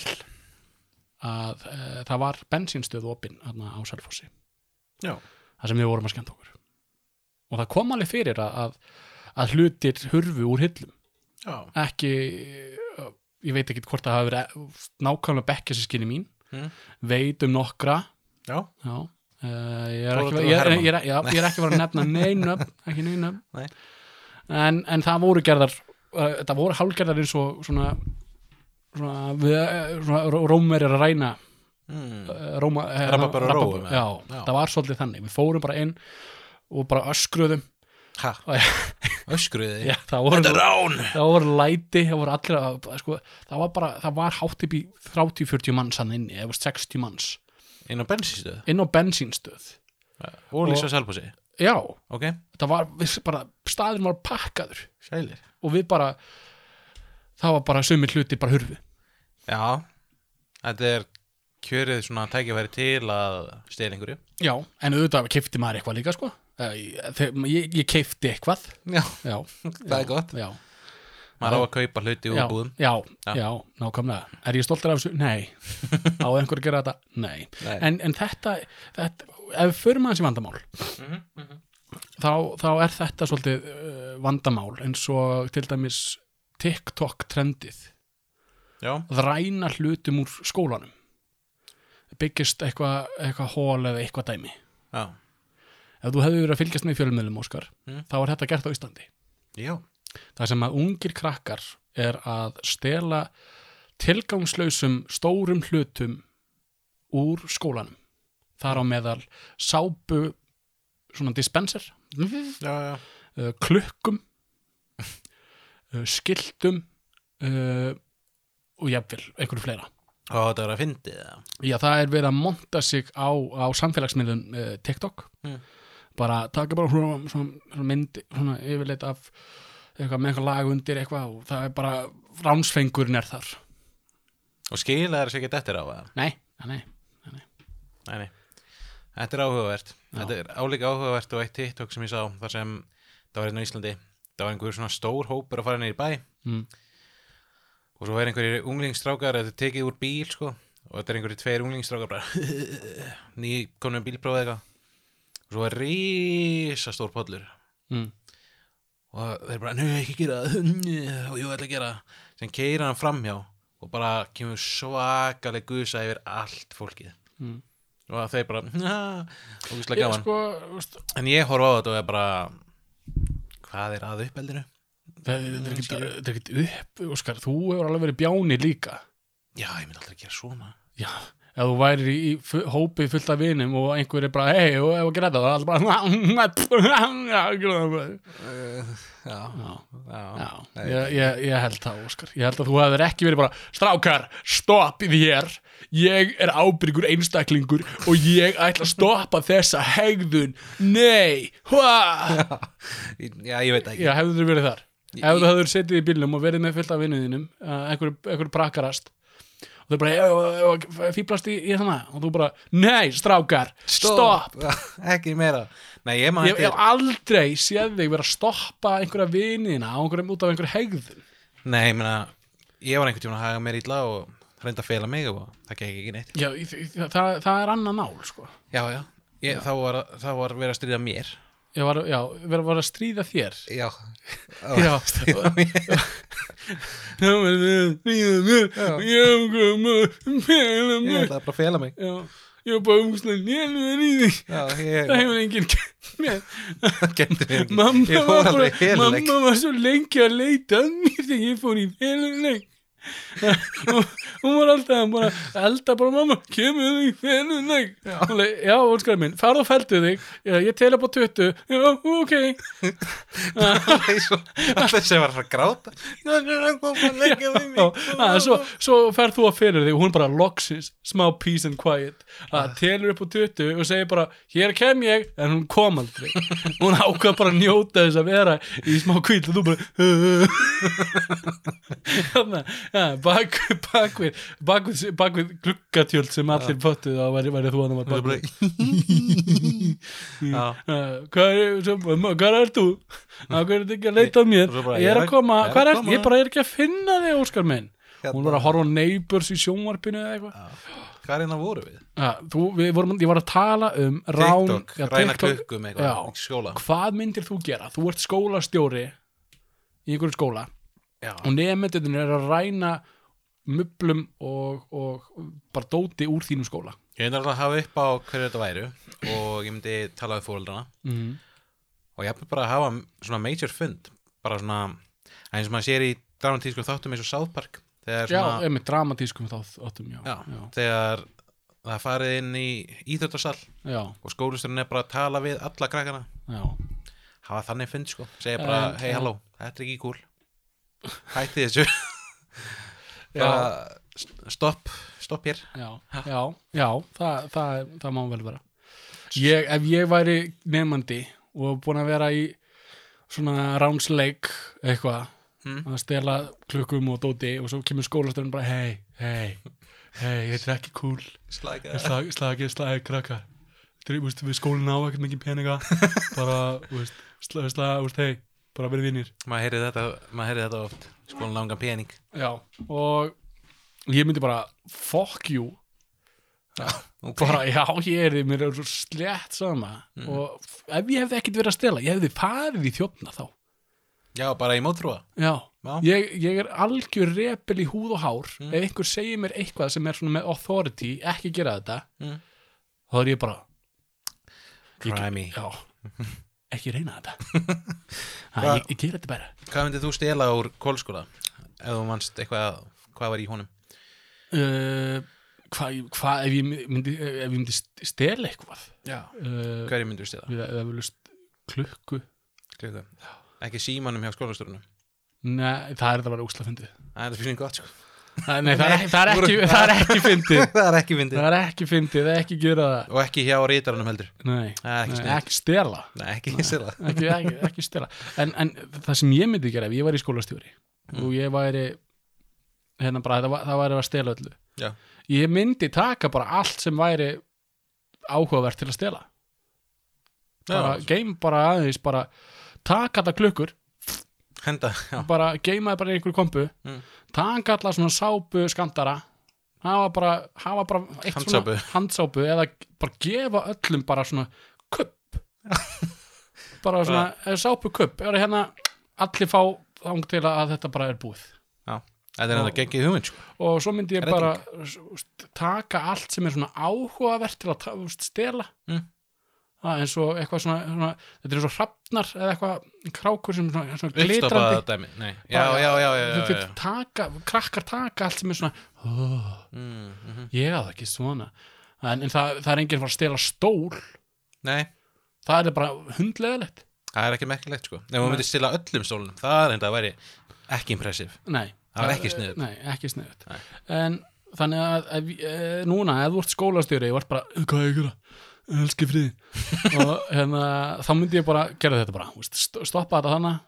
Speaker 1: að e, það var bensínstöð opinn þarna á Selfossi
Speaker 2: Já,
Speaker 1: þar sem við vorum að skemmta okkur og það kom alveg fyrir að, að, að hlutir hurfu úr hillum
Speaker 2: já,
Speaker 1: ekki eh, ég veit ekki hvort það hafi verið eh, nákvæmlega bekkjasískinni mín
Speaker 2: Mm.
Speaker 1: veit um nokkra
Speaker 2: já
Speaker 1: já, uh, ég, er
Speaker 2: Þóra
Speaker 1: ekki,
Speaker 2: til að
Speaker 1: ég, er,
Speaker 2: herma.
Speaker 1: ég, er, já, ég er ekki var að nefna neinöfn ekki neinöfn
Speaker 2: Nei.
Speaker 1: en, en það voru gerðar uh, það voru hálgerðar eins og svona, svona, við, eh, svona rómverjar að ræna
Speaker 2: mm.
Speaker 1: eh, Róma, eh,
Speaker 2: Rabarbara og
Speaker 1: rabarbara.
Speaker 2: rófum, eða?
Speaker 1: já,
Speaker 2: Já.
Speaker 1: það var svolítið þannig við fórum bara inn og bara öskruðum
Speaker 2: Ha, öskruði
Speaker 1: já,
Speaker 2: þig
Speaker 1: það voru
Speaker 2: Þetta er rán
Speaker 1: það voru læti, það voru allir að, sko, það var bara, það var hátt upp í 30-40 manns hann inni, eða þú veist, 60 manns
Speaker 2: Inn á bensinstöð
Speaker 1: inn á bensínstöð
Speaker 2: Og lísa selbúsi
Speaker 1: já,
Speaker 2: Ok,
Speaker 1: það var við, bara, staðurinn var pakkaður
Speaker 2: sælir
Speaker 1: og við bara það var bara sumir hluti bara hurfu
Speaker 2: Já, þetta er kjörið svona tækifæri til að stela einhverju
Speaker 1: já, en auðvitað kefti maður eitthvað líka sko. Eh, ég, ég, ég kefti eitthvað
Speaker 2: Já,
Speaker 1: já,
Speaker 2: það er gott
Speaker 1: já,
Speaker 2: Maður á að kaupa hluti úr
Speaker 1: já,
Speaker 2: búðum
Speaker 1: já,
Speaker 2: Já.
Speaker 1: já, nákvæmlega er ég stoltur af þessu? Nei á einhver að gera þetta? Nei
Speaker 2: Nei.
Speaker 1: en, en þetta, þetta ef við förum aðeins í vandamál þá, þá er þetta svolítið uh, vandamál eins og til dæmis TikTok trendið
Speaker 2: Já,
Speaker 1: að ræna hlutum úr skólanum byggist eitthvað eitthva hól eða eitthvað dæmi
Speaker 2: já,
Speaker 1: ef þú hefði verið að fylgjast með fjölmiðlum Óskar
Speaker 2: Mm.
Speaker 1: þá er þetta gert á Íslandi
Speaker 2: já
Speaker 1: það sem að ungir krakkar er að stela tilgangslausum stórum hlutum úr skólanum þar á meðal sápu svona dispenser
Speaker 2: Já, já,
Speaker 1: uh, klukkum uh, skiltum uh, og jafnvel, einhverju fleira
Speaker 2: og þetta er að fyndi það
Speaker 1: Já, það er verið að monta sig á, á samfélagsmiðlum uh, TikTok
Speaker 2: Mm.
Speaker 1: bara taka bara svona, svona, svona mynd svona yfirleitt af eitthvað með eitthvað lag undir eitthvað og það er bara ránsfengurinn er þar
Speaker 2: Og skila þær sér ekki eftir á það
Speaker 1: Nei, nei, nei,
Speaker 2: Nei, nei Þetta er áhugavert Þetta er álíka áhugavert og eitt TikTok sem ég sá þar sem það var einn á Íslandi það var einhver svona stór hópur að fara niður í bæ
Speaker 1: mm,
Speaker 2: og svo er einhverjir unglingsstrákar þetta er tekið úr bíl sko og þetta er einhverjir tveir unglingsstrákar bara ný konum bílprófið eitthvað og svo er risastór pollur
Speaker 1: mm,
Speaker 2: og þeir bara, nefnir ekki gera það og jú, ætla að gera það sem keira hann framhjá og bara kemur svakaleg gusa yfir allt fólkið
Speaker 1: mm.
Speaker 2: og þeir bara, og gusla
Speaker 1: Ég
Speaker 2: gaman
Speaker 1: sko, veist,
Speaker 2: en ég horfa á þetta og er bara hvað er að uppeldinu?
Speaker 1: það það er ekkert- það er ekkert upp Óskar, þú hefur alveg verið bjáni líka
Speaker 2: Já, ég myndi aldrei gera svona
Speaker 1: Já, ef þú værir í, í fu- hópi fullt af vinum og einhver er bara, hei, og ef að gera þetta það er allir bara
Speaker 2: Eh, Já,
Speaker 1: Já,
Speaker 2: já,
Speaker 1: Já, ég, ég, ég held það, Óskar. Ég held að þú hefur ekki verið bara, strákar, stoppið hér, ég er ábyrgur einstaklingur og ég ætla að stoppa þessa hegðun, nei, hva?
Speaker 2: já ég veit ekki
Speaker 1: Já, hefur þú verið þar? Ef þú hefur setið í bílnum og verið með fullt af vinnuðinum, einhverju, einhverju brakkarast, og þau bara, "Ey, ey, ey, fíblast í, í þannig, og þú bara, nei, strákar, stopp.
Speaker 2: Ekki meira Nei, ég maður
Speaker 1: Ég hef aldrei séð þig vera að stoppa einhverja vinina á einhverjum út af einhverju hegðun.
Speaker 2: Nei, ég meina, ég var einhvern tímann að haga mér illa og reynda að fela mig og það gekk ekki neitt.
Speaker 1: Já, í- í- það, það er annað mál, sko.
Speaker 2: Já, já. Ég, Þá, var, þá var verið að stríða mér.
Speaker 1: ég var, já, var, var að stríða þér
Speaker 2: Já,
Speaker 1: Já,
Speaker 2: stríða mér
Speaker 1: já, var að stríða mér
Speaker 2: Já.
Speaker 1: Ég kom að fela mig
Speaker 2: Ég ætlaði bara að fela mig
Speaker 1: Já, ég var bara umslega nélur í því
Speaker 2: Já,
Speaker 1: Það
Speaker 2: ég
Speaker 1: hefur enginn kennt mér
Speaker 2: gæti mig ekki
Speaker 1: Mamma var,
Speaker 2: Ég fór
Speaker 1: bara,
Speaker 2: alveg heluleg
Speaker 1: mamma var svo lengi að leita að mér þegar ég fór í feluleik og hún var alltaf bara að elda bara mamma, kemur þú í feluleik og leik, já, óskar minn, farðu og feldu þig ég, ég tel upp á 20 já, ok
Speaker 2: Alltaf sem var að fara að gráta Það er að koma að leggja við
Speaker 1: Já, að, svo, svo ferð þú að fyrir þig og hún bara loksins, smá peace and quiet að telur upp á 20 og segir bara hér kem ég, en hún kom aldrei hún ákvað bara að njóta þess að vera í smá kvíl og þú bara þannig ja, bak, bak, við, bak, við, bak við gluggatjöld sem allir föttuð að væri, væri þú að það var bak við
Speaker 2: Já,
Speaker 1: Uh, hvað er, svo, hvað er þú? hvað er þetta ekki að leita að mér?
Speaker 2: Mm. Og svo bara,
Speaker 1: ég er að koma,
Speaker 2: ég er að
Speaker 1: hvað er
Speaker 2: koma.
Speaker 1: ég bara er ekki að finna þig, Óskar minn
Speaker 2: Hérna.
Speaker 1: hún var að horfa á Neighbors í sjónvarpinu eða eitthvað
Speaker 2: hvað er hérna voru við?
Speaker 1: ja, þú, við vorum, ég var að tala um rán,
Speaker 2: TikTok,
Speaker 1: já,
Speaker 2: ræna
Speaker 1: TikTok.
Speaker 2: klukkum
Speaker 1: Já.
Speaker 2: eitthvað, skjóla
Speaker 1: hvað myndir þú gera? þú ert skólastjóri í einhverjum skóla
Speaker 2: Já,
Speaker 1: og nefndin er að ræna mublum og, og bara dóti úr þínum skóla
Speaker 2: Ég myndi alltaf að hafa upp á hverju þetta væru og ég myndi tala við fóreldrana
Speaker 1: mm.
Speaker 2: og ég myndi bara að hafa svona major fund bara svona, eins og maður sér í dramatísku þáttum eins og South Park þegar,
Speaker 1: já,
Speaker 2: svona,
Speaker 1: emi, dramatískum þá áttum já,
Speaker 2: já,
Speaker 1: já,
Speaker 2: þegar það er farið inn í íþjóttasal
Speaker 1: já,
Speaker 2: og skólisturinn er bara að tala við alla krakkana
Speaker 1: já.
Speaker 2: hafa þannig fund sko, segja bara
Speaker 1: En-
Speaker 2: hei
Speaker 1: en-
Speaker 2: halló, þetta er ekki cool hætti þessu
Speaker 1: Já.
Speaker 2: bara st- stopp, stopp hér
Speaker 1: já, já, já það, það, það má vel vera ég, ef ég væri nefnandi og búin að vera í svona ránsleik eitthvað
Speaker 2: Mm.
Speaker 1: að stela klukkum og dóti og svo kemur skólasturinn bara hei, hei, hei, þetta er ekki cool
Speaker 2: slæka
Speaker 1: slagið, slagið, slagið krakkar Þetta er, úst, við skólinn á ekkert mikið peninga bara, úst, slagið, slagið, úst, hei bara verið vinnir
Speaker 2: maður heyri þetta, maður heyri þetta oft skólan langan pening
Speaker 1: já, og ég myndi bara fuck you
Speaker 2: okay.
Speaker 1: bara já, ég er því, mér er svo slett sama
Speaker 2: Mm.
Speaker 1: og f- ef ég hefði ekkert verið að stela ég hefði farið í þjófna þá
Speaker 2: Já, bara í mótrúa
Speaker 1: já,
Speaker 2: Já.
Speaker 1: Ég, ég er algjör repel í húð og hár
Speaker 2: Mm.
Speaker 1: ef einhver segir mér eitthvað sem er svona með authority ekki gera þetta
Speaker 2: Mm.
Speaker 1: þá er ég bara
Speaker 2: Try me
Speaker 1: já, ekki reyna þetta ha, ég, ég gera þetta bara
Speaker 2: Hvað myndir þú stela úr kólskóla? Ef þú manst eitthvað, hvað var í honum?
Speaker 1: uh, hvað hva, ef ég myndi, eh, ef ég myndi st- stela eitthvað
Speaker 2: Já
Speaker 1: uh,
Speaker 2: Hverju myndir þú stela?
Speaker 1: við eflust klukku
Speaker 2: Klukku Ekki símanum hjá skólastörunum
Speaker 1: Nei, það er þetta bara úsla fyndið
Speaker 2: Það er fyrir gott sko
Speaker 1: Nei, nei, það er ekki, það er ekki, það er ekki fyndið
Speaker 2: Það er ekki myndið
Speaker 1: Það er ekki fyndið, það er ekki gera það
Speaker 2: Og ekki hjá rítaranum heldur
Speaker 1: Nei,
Speaker 2: Það er ekki
Speaker 1: nei,
Speaker 2: snillt.
Speaker 1: ekki stela
Speaker 2: Nei, ekki Nei. stela
Speaker 1: ekki, ekki, ekki stela en, en það sem ég myndi gera ef ég væri skólastjóri og ég væri hérna bara, það, það væri að stela öllu
Speaker 2: Já
Speaker 1: ég myndi taka bara allt sem væri áhugavert til að stela bara,
Speaker 2: Já.
Speaker 1: geim bara aðeins bara, taka alla klukkur
Speaker 2: Henda Já
Speaker 1: bara geimaði bara í einhverju kompu
Speaker 2: Mm.
Speaker 1: taka alla svona sápu skandara hafa bara, hafa bara eitt
Speaker 2: Handsápu.
Speaker 1: svona handsápu eða bara gefa öllum bara svona kupp bara svona eh, sápu kupp er hérna allir fá þang til að þetta bara er búið
Speaker 2: Já Þetta er enda gengið hugmynd sko
Speaker 1: og svo myndi ég
Speaker 2: Redding.
Speaker 1: bara s- úst, taka allt sem er svona áhugavert til að ta- úst, stela
Speaker 2: Mm.
Speaker 1: það eins og eitthvað svona, svona þetta er eins og hrafnar eða eitthvað krákur sem svona, svona glitrandi
Speaker 2: Uppstoppaða dæmi Nei Já, já, já, já, já,
Speaker 1: Þau- þau
Speaker 2: já.
Speaker 1: taka, krakkar taka allt sem er svona oh,
Speaker 2: Mm, mhm.
Speaker 1: ég hafði ekki svona en, en það, það er enginn að fara að stela stól
Speaker 2: Nei
Speaker 1: það er bara hundlegalegt
Speaker 2: Það er ekki merkilegt sko Ef þú myndir stela öllum stólunum Það er enda að væri ekki impressiv
Speaker 1: nei,
Speaker 2: Það er ekki sniðugt.
Speaker 1: nei, ekki sniðut
Speaker 2: Nei.
Speaker 1: en þannig að ef, e, núna, ef þú ert skólastjóri og ert bara, "Eh, hvað er ég að gera elski friði og hérna, þá myndi ég bara gera þetta bara þú veist, st- stoppa þetta þannig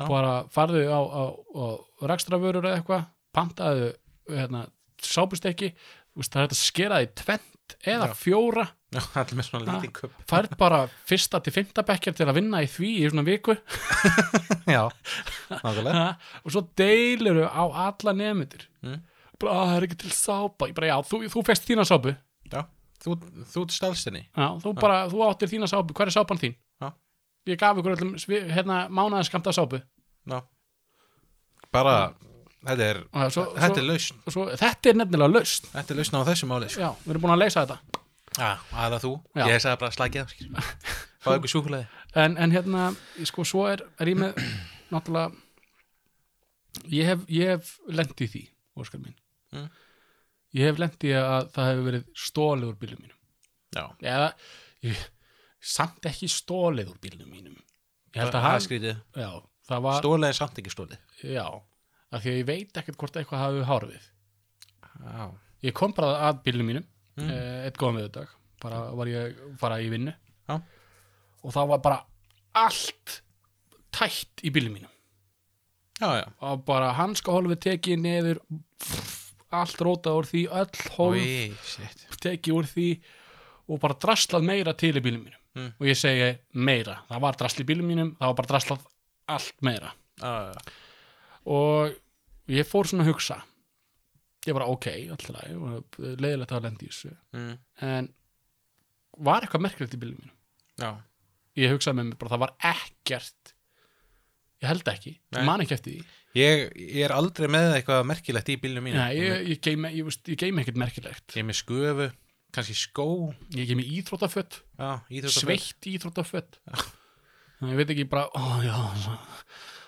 Speaker 2: Já.
Speaker 1: bara farðu á, á, á rekstravörur eða eitthvað, pantaðu hérna, sápustekki þú veist, það er hægt að skera því tvent eða fjóra
Speaker 2: Já, allir með svona
Speaker 1: Ah.
Speaker 2: lítið kupp
Speaker 1: færð bara fyrsta til fymta bekkjar til að vinna í því í svona viku
Speaker 2: Já, nákvæmlega
Speaker 1: ha, og svo deilur á alla nefnir
Speaker 2: Mm.
Speaker 1: bara "Ah, það er ekki til sápa ég bara já, þú, þú fest þína sápu
Speaker 2: Já, þú, þú stalst henni
Speaker 1: já, þú, bara, þú áttir þína sápu, hver er sápan þín?
Speaker 2: Já.
Speaker 1: ég gaf ykkur öllum svi- hérna, mánaðaskamta sápu
Speaker 2: Ná. bara, þetta er
Speaker 1: Og svo,
Speaker 2: þetta er
Speaker 1: svo,
Speaker 2: lausn,
Speaker 1: svo, þetta er nefnilega laust
Speaker 2: þetta er lausn á þessu máli sko.
Speaker 1: já, við erum búin að leysa þetta
Speaker 2: Já, aðra þú,
Speaker 1: Já.
Speaker 2: ég sagði bara slagið af Fá ykkur súkulæði
Speaker 1: en, en hérna, ég sko, svo er, er ég með náttúrulega ég hef, ég hef lent í því óskar minn
Speaker 2: Mm.
Speaker 1: ég hef lent í að það hefur verið stólið úr bílum mínum
Speaker 2: Já,
Speaker 1: eða, ég, samt ekki stólið úr bílum mínum ég held að
Speaker 2: það er
Speaker 1: hann,
Speaker 2: skrítið
Speaker 1: já, það var
Speaker 2: Stólið er samt ekki stólið
Speaker 1: já, af því að ég veit ekkert hvort eitthvað hafi hárfið
Speaker 2: Já,
Speaker 1: ég kom bara að bílnum mínum
Speaker 2: Mm.
Speaker 1: mm. eitt góðan viðudag bara var ég bara í vinnu
Speaker 2: Já.
Speaker 1: og það var bara allt tætt í bílnum mínum
Speaker 2: já, já.
Speaker 1: og bara hanskahólfi tekið neður allt rótað úr því öll hólf
Speaker 2: Í, shit
Speaker 1: tekið úr því og bara draslað meira til í bílnum mínum
Speaker 2: Mm.
Speaker 1: og ég segi meira, það var drasl í bílnum mínum það var bara draslað allt meira
Speaker 2: Ah, Já, já.
Speaker 1: og ég fór svona að hugsa ég bara ok, alltaf leiðilegt að lendi í þessu
Speaker 2: Mm.
Speaker 1: en var eitthvað merkilegt í bílum mínum
Speaker 2: já,
Speaker 1: ég hugsaði með mér bara það var ekkert ég held ekki,
Speaker 2: Nei.
Speaker 1: ég man ekki eftir því
Speaker 2: Ég, ég er aldrei með eitthvað merkilegt í bílnum mínu
Speaker 1: Nei, ég, ég, geymi, ég, veist, ég geymi ekkert merkilegt
Speaker 2: Ég er með sköfu, kannski skó
Speaker 1: ég geymi íþróttafött,
Speaker 2: Já, íþróttaföt.
Speaker 1: sveitt íþróttafött Þannig ég veit ekki bara ó já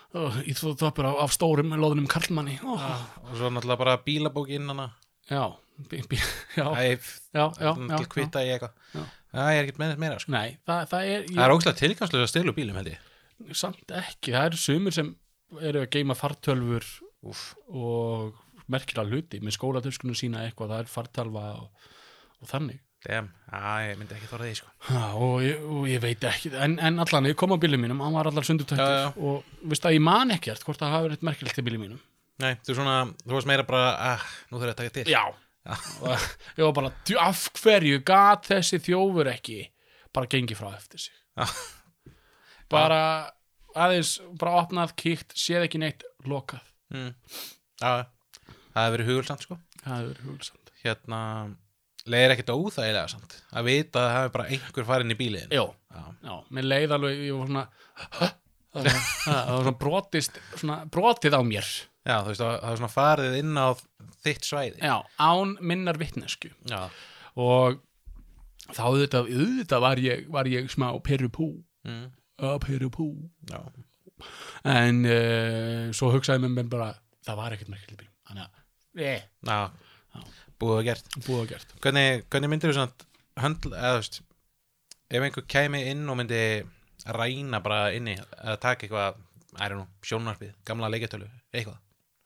Speaker 1: ó, íþróttaföt af, af stórum loðunum karlmanni ó,
Speaker 2: Og svo náttúrulega bara bílabóki innan hana
Speaker 1: já, bí, bí, já, já,
Speaker 2: Það er
Speaker 1: já, já, já,
Speaker 2: náttúrulega kvita í eitthvað
Speaker 1: Já.
Speaker 2: Já, ég er ekkert með þetta meira sko.
Speaker 1: Nei, það, það er, ég,
Speaker 2: Það er ógstlega tilgangslega að stelu bílum held ég
Speaker 1: samt ekki, það eru sumir sem eru að geyma fartölfur
Speaker 2: Úf,
Speaker 1: og merkilega hluti með skólatöskunum sína eitthvað, það er fartalva og, og þannig
Speaker 2: damn, já, ég myndi ekki þóra því sko.
Speaker 1: ha, og, ég, og ég veit ekki, en, en allan ég kom á bílum mínum, hann var allar
Speaker 2: Já, já.
Speaker 1: sundutættur og veist að ég man ekkert hvort það hafi verið merkilegt í bílum mínum
Speaker 2: Nei, þú, svona, þú varst meira bara, ah, nú þurfum við að taka til
Speaker 1: já, Og ég var bara "Djú, af hverju gat þessi þjófur ekki bara gengið frá eftir sig
Speaker 2: Já.
Speaker 1: bara aðeins, bara opnað, kíkt séð ekki neitt, lokað
Speaker 2: Mm. Já, það hefur verið hugulsamt sko
Speaker 1: það hefur verið hulsamt
Speaker 2: Hérna, leiðir ekkert óþægilega samt Að vita að það hefur bara einhver farin í bíliðin
Speaker 1: já,
Speaker 2: Já,
Speaker 1: Já, mér leið alveg, ég var svona "Hæ?" það var svona- það var svona brotist svona brotið á mér
Speaker 2: já þú veist, það það er svona farið inn á þitt svæði
Speaker 1: Já, án minnar vitnesku
Speaker 2: Já,
Speaker 1: og þá auðvitað, auðvitað var ég, var ég smá perupú
Speaker 2: mm.
Speaker 1: perupú
Speaker 2: já.
Speaker 1: en uh, svo hugsaði mér mér bara það var ekkert merkilegt í bíl þannig að eh, Já.
Speaker 2: já. Búið og gert
Speaker 1: búið að gert
Speaker 2: Hvernig, hvernig myndir þú svona höndl, eða þú veist Ef einhver kæmi inn og myndi ræna bara inni Eða taka eitthvað, I don't know, sjónarpið, gamla leikjartölu Eitthvað,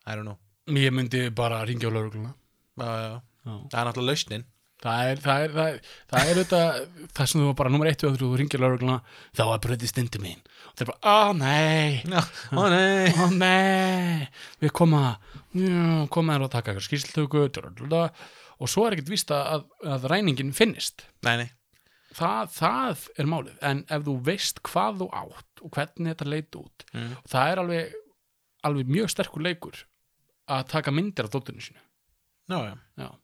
Speaker 2: I don't know
Speaker 1: ég myndi bara ringja á laurugluna
Speaker 2: Já, já, já Það er náttúrulega lausnin
Speaker 1: Það er, það er, það er, það er auðvitað, það sem þú var bara nummer 1 og 3, þú ringir laurugluna, þá var bröðist indi mín. Og það er bara, ó nei,
Speaker 2: Já, ó nei
Speaker 1: Ó nei, við koma já, koma þér að taka eitthvað skýrsltöku drölda, og svo er ekkert víst að, að ræningin finnist
Speaker 2: Nei, nei
Speaker 1: það, það er málið, en ef þú veist hvað þú átt og hvernig þetta leit út
Speaker 2: Mm.
Speaker 1: það er alveg, alveg mjög sterkur leikur að taka myndir af dóttinu sínu
Speaker 2: Já, já
Speaker 1: já,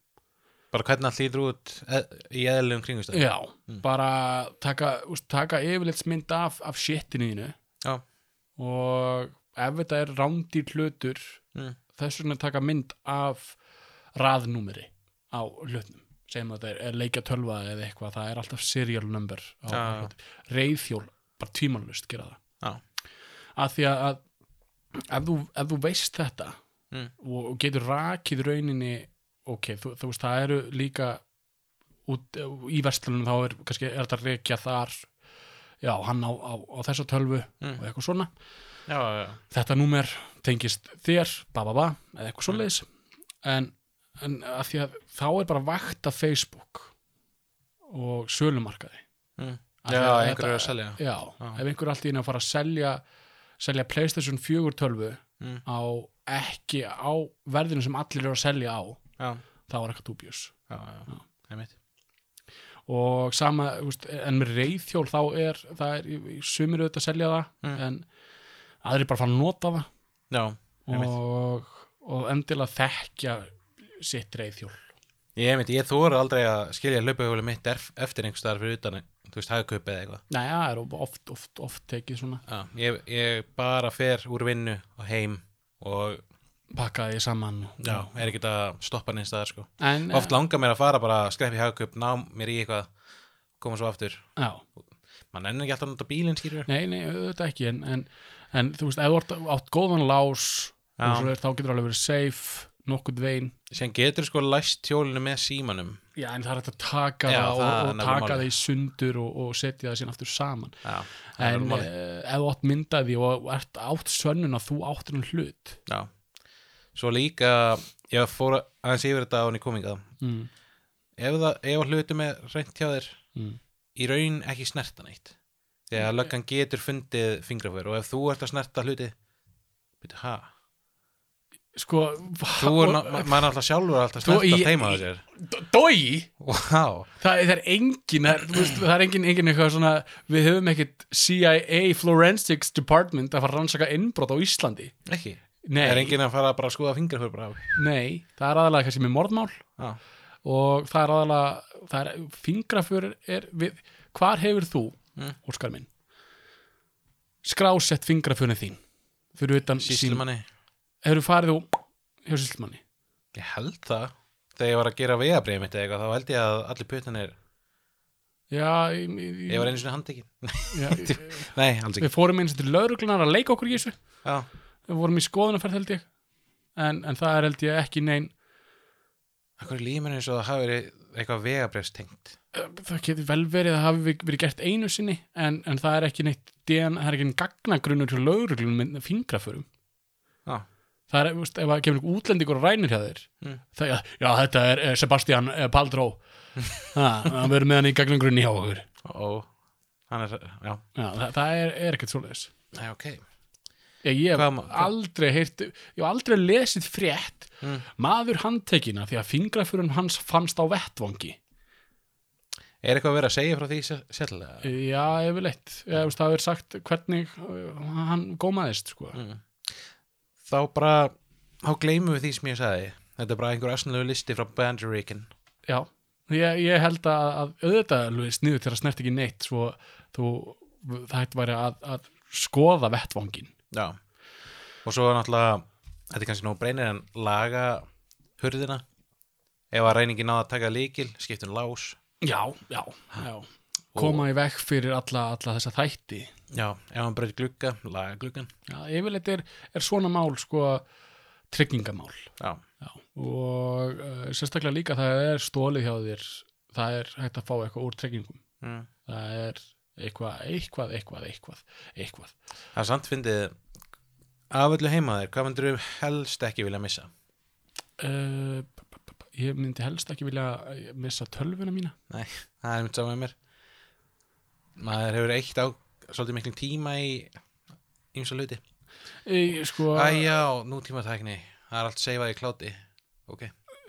Speaker 2: bara hvernig það hlýtur út eð, í eðlum kringustöð
Speaker 1: já bara taka, úst, taka yfirlitsmynd af, af shitinu þínu
Speaker 2: já.
Speaker 1: og ef þetta er rándýr hlutur
Speaker 2: Mm.
Speaker 1: þess vegna taka mynd af raðnúmeri á hlutnum segjum að það er, er leikja tölva eða eitthvað það er alltaf serial number á
Speaker 2: Já, já.
Speaker 1: hlutum. reyðhjól, bara tímanlust gera það
Speaker 2: já,
Speaker 1: af því að, að ef, þú, ef þú veist þetta
Speaker 2: Mm.
Speaker 1: og, og getur rakið rauninni ok, þú, þú veist, það eru líka út, í verslunum þá er, kannski, er þetta reykja þar já, hann á, á, á þessa tölvu
Speaker 2: Mm.
Speaker 1: og eitthvað svona
Speaker 2: já, já, já.
Speaker 1: þetta númer tengist þér, ba ba ba, eða
Speaker 2: Mm.
Speaker 1: eitthvað svoleiðis en, en að því að þá er bara vakt að Facebook og sölumarkaði
Speaker 2: Mm.
Speaker 1: Af
Speaker 2: já
Speaker 1: því að
Speaker 2: einhverju
Speaker 1: þetta-
Speaker 2: að selja
Speaker 1: Já,
Speaker 2: Já.
Speaker 1: ef einhver er allt í einu að fara að selja selja Playstation 4 tölvu
Speaker 2: Mm.
Speaker 1: á ekki á verðinu sem allir eru að selja á
Speaker 2: já,
Speaker 1: þá er eitthvað dubjus
Speaker 2: já, já, einmitt
Speaker 1: og sama, þú veist, en með reyðhjól þá er, það er, sumir auðvitað að selja það,
Speaker 2: Mm.
Speaker 1: en aðrir bara fara að nota það
Speaker 2: já, einmitt
Speaker 1: og, og endilega þekkja sitt reyðhjól
Speaker 2: Ég veit, ég þóra aldrei að skilja löpahjóli mitt erf, eftir einhvers staðar fyrir utan þú veist, hagkaup eða eitthvað
Speaker 1: Næja, það er oft, oft, oft tekið svona
Speaker 2: Já, ég, ég bara fer úr vinnu og heim og
Speaker 1: pakkaði saman
Speaker 2: já, er ekki að stoppa neins staðar sko.
Speaker 1: en, eh,
Speaker 2: Oft langar mér að fara bara að skrepp í hagkaup, ná mér í eitthvað koma svo aftur.
Speaker 1: Já,
Speaker 2: Man ennur ekki alltaf að nota bílinn skýrur
Speaker 1: nei, nei, auðvitað ekki en, en, en þú veist, ef þú ert átt góðan lás
Speaker 2: Já.
Speaker 1: og svo er, þá getur alveg verið safe nokkuð veginn
Speaker 2: sem getur sko læst hjólinu með símanum
Speaker 1: Já, en það er hægt að taka
Speaker 2: Já,
Speaker 1: það og,
Speaker 2: það er
Speaker 1: og
Speaker 2: nefnilega
Speaker 1: taka
Speaker 2: málið.
Speaker 1: það í sundur og, og setja það síðan aftur saman
Speaker 2: Já, það er
Speaker 1: En uh,
Speaker 2: alveg málið.
Speaker 1: ef þú átt myndaði og ert átt sönnun að þú áttir hann hlut
Speaker 2: Já. Svo líka ég fór aðeins yfir þetta á henni komingað
Speaker 1: mm.
Speaker 2: ef, það, ef að hlutum er reynt hjá þér
Speaker 1: Mm.
Speaker 2: í raun ekki snerta neitt þegar löggan getur fundið fingraför og ef þú ert að snerta hluti byrju, ha?
Speaker 1: Sko,
Speaker 2: Þú er, ná- ma- maður er alltaf sjálfur alltaf að
Speaker 1: Þú-
Speaker 2: snerta
Speaker 1: ég-
Speaker 2: teima þessir
Speaker 1: Dói?
Speaker 2: wow.
Speaker 1: Það, það er engin, það er, þú veist, það er engin, engin eitthvað svona, við höfum ekkit CIA Forensics Department að fara að rannsaka innbrot á Íslandi.
Speaker 2: ekki
Speaker 1: Nei,
Speaker 2: er enginn að fara bara að skoða fingraför bara á
Speaker 1: nei, það er aðalega kannski með mordmál
Speaker 2: Já.
Speaker 1: og það er aðalega, það er, fingraför er, við, hvar hefur þú,
Speaker 2: Mm.
Speaker 1: Óskar minn, skrásett fingraförnið þín, fyrir utan sín,
Speaker 2: síslumanni
Speaker 1: hefur farið þú hjá síslumanni?
Speaker 2: ég held það þegar ég var að gera vegabrið mitt eða eitthvað þá held ég að allir putanir
Speaker 1: Já, ég, ég,
Speaker 2: ég var einu sinni handtekinn
Speaker 1: já,
Speaker 2: nei, alls ekki
Speaker 1: við fórum eins og til lauruglunar að leika okkur í þessu.
Speaker 2: Já.
Speaker 1: við vorum í skoðunarferð held ég en, en það er held ég ekki nein
Speaker 2: Akkur límur eins og það hafi verið eitthvað vegabriðs tengt
Speaker 1: það getur vel verið að hafi verið- verið gert einu sinni en, en það er ekki neitt DNA, það er ekki einn gagnagrunnur hjá lögreglunum með fingraförum
Speaker 2: Já.
Speaker 1: það er, þú veist, ef það kemur einhver útlendingur og rænir hjá þér
Speaker 2: Mm.
Speaker 1: það, já, já, þetta er eh, Sebastian eh, Paldró ha, hann verður með hann í gagnagrunni hjá okkur
Speaker 2: og hann er, já,
Speaker 1: já, það, það er, er ekkert svoleiðis
Speaker 2: nei, ok
Speaker 1: ég, ég hef
Speaker 2: Hvað ma- hvað-
Speaker 1: aldrei heyrt ég hef aldrei lesið frétt
Speaker 2: Mm.
Speaker 1: maður handtekina því að fingraförum hans fannst á vettvangi
Speaker 2: Er eitthvað verið að segja frá því se- sérlega?
Speaker 1: Já, yfirleitt. Já, þú veist, það er sagt hvernig uh, hann gómaðist, sko.
Speaker 2: Mm. Þá bara, þá gleymum við því sem ég sagði. Þetta er bara einhver asnulegu listi frá Banderikin.
Speaker 1: Já, ég, ég held að, að auðvitað alveg sniður til að snert ekki neitt svo þú, það hætti væri að, að skoða vettvangin.
Speaker 2: Já. Og svo er náttúrulega, þetta er kannski nóg breynir en laga hurðina. Ef að reyningi náða að taka líkil, skiptum lás.
Speaker 1: Já, já, já. Koma í veg fyrir alla, alla þessa þætti.
Speaker 2: Já, ef hann breytir glugga, laga gluggan.
Speaker 1: Já, yfirleitt er, er svona mál, sko, tryggingamál.
Speaker 2: Já.
Speaker 1: Já. Og uh, sérstaklega líka það er stólið hjá þér, það er hægt að fá eitthvað úr tryggingum.
Speaker 2: Mm.
Speaker 1: það er eitthvað, eitthvað, eitthvað, eitthvað, eitthvað.
Speaker 2: Það er samt fyndið, af öllu heima þér, hvað myndir við helst ekki vilja missa?
Speaker 1: Uh, p- p- p- p- ég myndi helst ekki vilja missa tölvuna mína.
Speaker 2: Nei, það er mitt saman með mér. Maður hefur eitt á svolítið miklum tíma í ymsa hluti.
Speaker 1: Ég, sko,
Speaker 2: Æjá, nútímatækni Það er allt seifað í kláti Ok,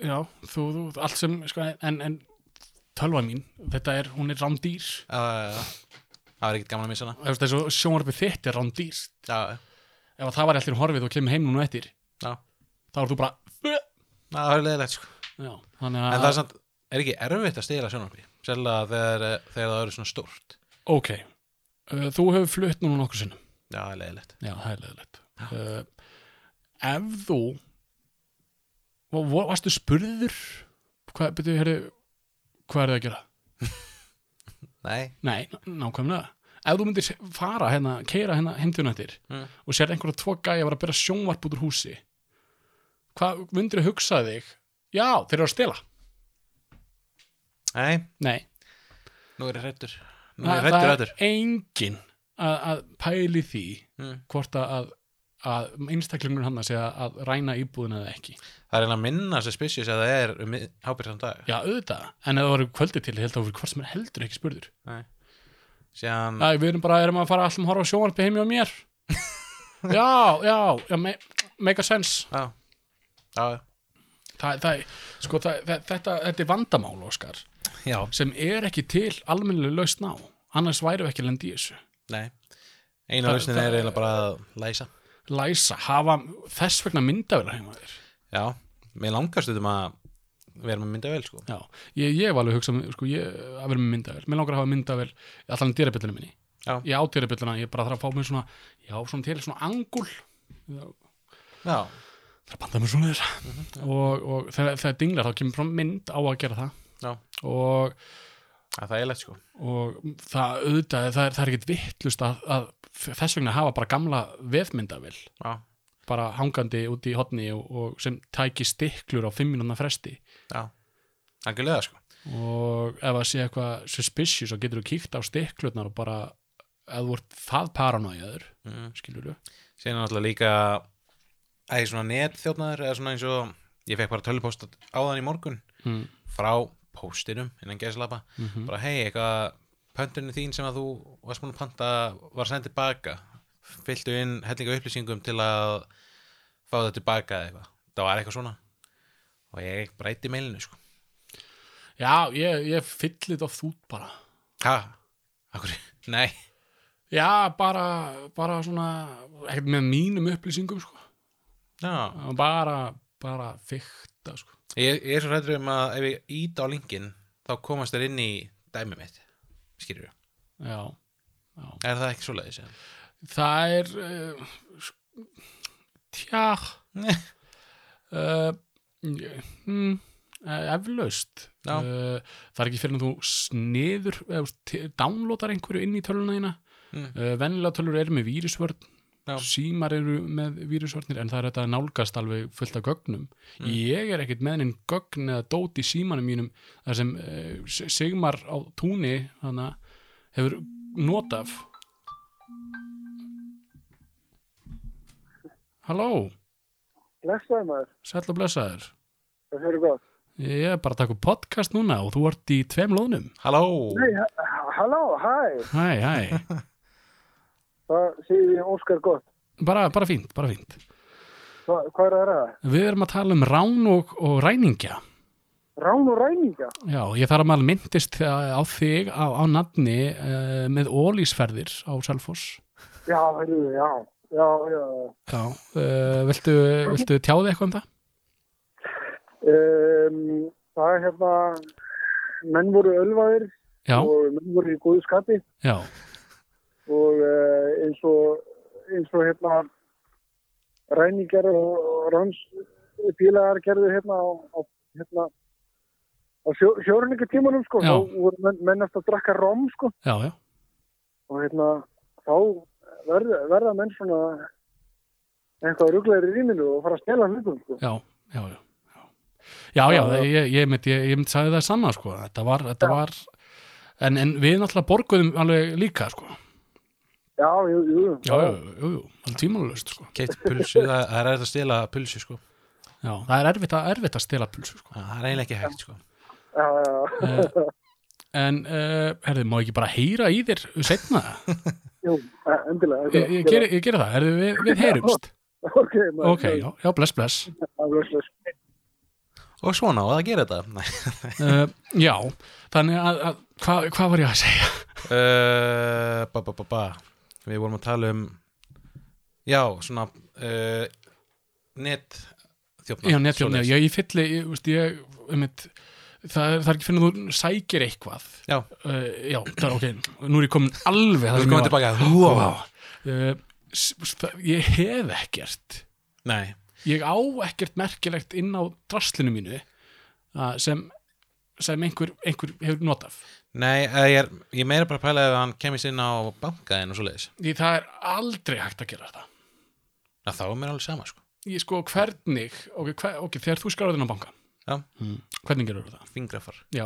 Speaker 1: já, þú, þú, allt sem, sko, en, en tölva mín, þetta er, hún er rándýr.
Speaker 2: uh, það var ekkert gaman að missa hana
Speaker 1: Það er svo sjónvarpið þitt er rándýr.
Speaker 2: Já,
Speaker 1: Ef að það var allir horfið og kemur heim núna eftir,
Speaker 2: já,
Speaker 1: þá er þú bara,
Speaker 2: það var leðilegt sko
Speaker 1: já, þannig
Speaker 2: En
Speaker 1: að,
Speaker 2: það er samt, er ekki erfitt að stila sjónarpi Sérlega þegar, eh, þegar það eru svona stórt
Speaker 1: ok, uh, þú hefur flutt núna nokkur sinnum.
Speaker 2: Já, það er leðilegt
Speaker 1: Já, það er leðilegt. Uh, ef þú Va- va- varstu spurður hvað, byrju, herri, hvað er það að gera?
Speaker 2: Nei,
Speaker 1: Nei, ná- nákvæmlega. Ef þú myndir fara hérna, keira hérna heimtjónættir
Speaker 2: Mm.
Speaker 1: og sér einhverja tvo gæja var að byrja sjónvarp út úr húsi hvað myndir þú hugsa þig? Já, þeir eru að stela.
Speaker 2: nei,
Speaker 1: Nei,
Speaker 2: nú er ég hrættur Nú
Speaker 1: það,
Speaker 2: er ég hrættur
Speaker 1: það
Speaker 2: hrættur
Speaker 1: engin að, að pæli því
Speaker 2: Mm.
Speaker 1: hvort að- að, að einstaklingur hann að segja að ræna íbúðina eða ekki.
Speaker 2: Það er einnig að minna suspicious að það er um hábyrð samt dag
Speaker 1: Já, auðvitað, en ef það voru kvöldi til held að fyrir hvort sem er heldur ekki spurður
Speaker 2: Nei Síðan,
Speaker 1: Æ, við erum bara, erum að fara allum að horfa á sjónvarpi heimi á mér Já, já, já me, make a sense
Speaker 2: já Já,
Speaker 1: Þa, það, sko, það, það, þetta, þetta er vandamál, Óskar
Speaker 2: já,
Speaker 1: sem er ekki til almennileg lausn á annars væri við ekki lend í þessu
Speaker 2: nei Einu
Speaker 1: Það-
Speaker 2: lausnin
Speaker 1: það-
Speaker 2: er eiginlega bara að læsa
Speaker 1: Læsa, hafa, þess vegna myndavélar heima á þér
Speaker 2: Já, mér langast um að vera með myndavél sko
Speaker 1: Já, ég, ég hef alveg hugsað um, sko, ég, að vera með myndavél, mér langar að hafa myndavél allan í dyrabillinu minni,
Speaker 2: Já.
Speaker 1: ég á dyrabillina ég bara þarf að fá mér svona, já, svona til svona angul, þarf
Speaker 2: Já,
Speaker 1: að banda mér svona þess og, og þegar það dinglar þá kemur frá mynd á að gera það
Speaker 2: Já.
Speaker 1: og,
Speaker 2: það er leitt sko
Speaker 1: og það auðvitað, það er, það er ekkit vittlust að, að þess vegna hafa bara gamla vefmyndavél,
Speaker 2: Já,
Speaker 1: bara hangandi út í hotni og, og sem tæki stiklur á fimm mínúna fresti
Speaker 2: já, algjörlega sko
Speaker 1: og ef að sé eitthvað suspicious og getur þú kíkt á stiklutnar og bara eða þú ert það paranoiður
Speaker 2: mm.
Speaker 1: skilur þú
Speaker 2: Sér er náttúrulega líka æ, svona netþjófnaður eða svona eins og ég fekk bara tölvupost áðan í morgun
Speaker 1: mm.
Speaker 2: frá póstinum innan gæslappa bara hei, eitthvað pöntunni þín sem að þú varst búin að panta var sendið tilbaka fylltu inn hellinga upplýsingum til að fá þetta tilbaka eða eitthvað það var eitthvað svona og ég breyti meilinu sko
Speaker 1: já, ég, ég fylli þetta oft út bara
Speaker 2: ha, akkur, nei
Speaker 1: já, bara, bara svona ekkert með mínum upplýsingum sko.
Speaker 2: já,
Speaker 1: bara, bara fykta sko.
Speaker 2: ég, ég er svo hrættur um að ef ég ít á linkin þá komast þér inn í dæmi mitt skýrur ég,
Speaker 1: já,
Speaker 2: er það ekki svo leiðis
Speaker 1: það er uh, tja uh, mm, eh, eflaust
Speaker 2: Já.
Speaker 1: uh, það er ekki fyrir en þú sniður eða þú te- downloadar einhverju inn í töluna þína
Speaker 2: Mm.
Speaker 1: uh, venjulega tölur eru með vírisvörn
Speaker 2: Já.
Speaker 1: símar eru með vírisvörnir en það er þetta að nálgast alveg fullt af gögnum ég er ekkert með enn gögn eða dót í símanum mínum þar sem uh, Sigmar á túni hana, hefur notaf Halló,
Speaker 3: Blessaði maður,
Speaker 1: sæll og blessaður
Speaker 3: það fyrir gott.
Speaker 1: Ég er bara að taka upp podcast núna og þú ert í tveim lónum.
Speaker 2: halló
Speaker 3: Nei, ha- ha- halló, hæ,
Speaker 1: Hæ, hæ.
Speaker 3: það séu ég Óskar gott.
Speaker 1: Bara, bara fínt, bara fínt.
Speaker 3: Hva, hvað er það að ræða?
Speaker 1: Við erum að tala um rán og, og ræningja.
Speaker 3: Rán og ræninga?
Speaker 1: Já, ég þarf að maður myndist á á þig á, á nafni uh, með ólísferðir á Selfoss.
Speaker 3: Já, heyrðu, já, já, já.
Speaker 1: Já. Uh, viltu, viltu tjáði eitthvað um það?
Speaker 3: Um, það er hérna, menn voru ölvaðir
Speaker 1: Já,
Speaker 3: og menn voru í góðu skapi
Speaker 1: já,
Speaker 3: og uh, eins og, eins og hérna, ræningar og, og ráns félagar gerðu hérna á, á hérna, á sjó, sjórninga tímanum sko,
Speaker 1: Já.
Speaker 3: þá voru menn, menn eftir að drakka rám sko.
Speaker 1: já, já.
Speaker 3: og hérna þá verð, verða menn svona eitthvað ruglaður í rýminu og fara að stela hlutum sko.
Speaker 1: Já, já, já. Já, já, já,
Speaker 3: Já, já.
Speaker 1: ég, ég, mynd, ég, ég mynd sagði það sanna, sko. Þetta var, þetta var, en, en við náttúrulega borguðum alveg líka, sko.
Speaker 3: Já, jú, jú.
Speaker 1: Já, já, jú, jú, alveg tímanulegst, sko.
Speaker 2: keitt pulsu, það, það er erfitt að stela pulsu sko
Speaker 1: Já, það er erfitt að, erfitt að stela pulsu sko. Eh,
Speaker 2: það er eiginlega ekki hægt sko
Speaker 3: Já, já, já.
Speaker 1: En, uh, herðu, má ekki bara heyra í þér setna?
Speaker 3: Jú, eh, endilega.
Speaker 1: Ég, ég, geri, ég geri það, herðu, við, við heyrumst.
Speaker 3: Ok, maður.
Speaker 1: Ok, já, já bless, bless.
Speaker 3: já.
Speaker 2: og svona á að gera þetta Nei.
Speaker 1: Uh, já, þannig að, að hvað hva var ég að segja?
Speaker 2: Uh, ba, ba, ba, ba. Við vorum að tala um Já, svona uh, Net þjófna
Speaker 1: Já, netjónu, já, ég fylli, ég, veist, ég, um eitt, það, er- það er ekki fyrir að þú sækir eitthvað.
Speaker 2: Já.
Speaker 1: Uh, já, það er ok, nú er ég komin alveg
Speaker 2: Það
Speaker 1: það
Speaker 2: er
Speaker 1: sem
Speaker 2: komið
Speaker 1: ég var.
Speaker 2: tilbaka
Speaker 1: Wow. Uh, s- s- það- ég hef ekkert.
Speaker 2: Nei,
Speaker 1: ég á ekkert merkilegt inn á draslinu mínu uh, sem, sem einhver, einhver hefur notað.
Speaker 2: nei eða ég, er, ég meira bara að pæla ef hann kemist inn á bankaðin og svoleiðis
Speaker 1: Því það er aldrei hægt að gera þetta.
Speaker 2: Já, þá er mér alveg sama sko
Speaker 1: Ég sko hvernig, ok, hver, ok þegar þú skráður inn á banka,
Speaker 2: Já.
Speaker 1: mm. hvernig gerur það?
Speaker 2: Fingrafar,
Speaker 1: Já.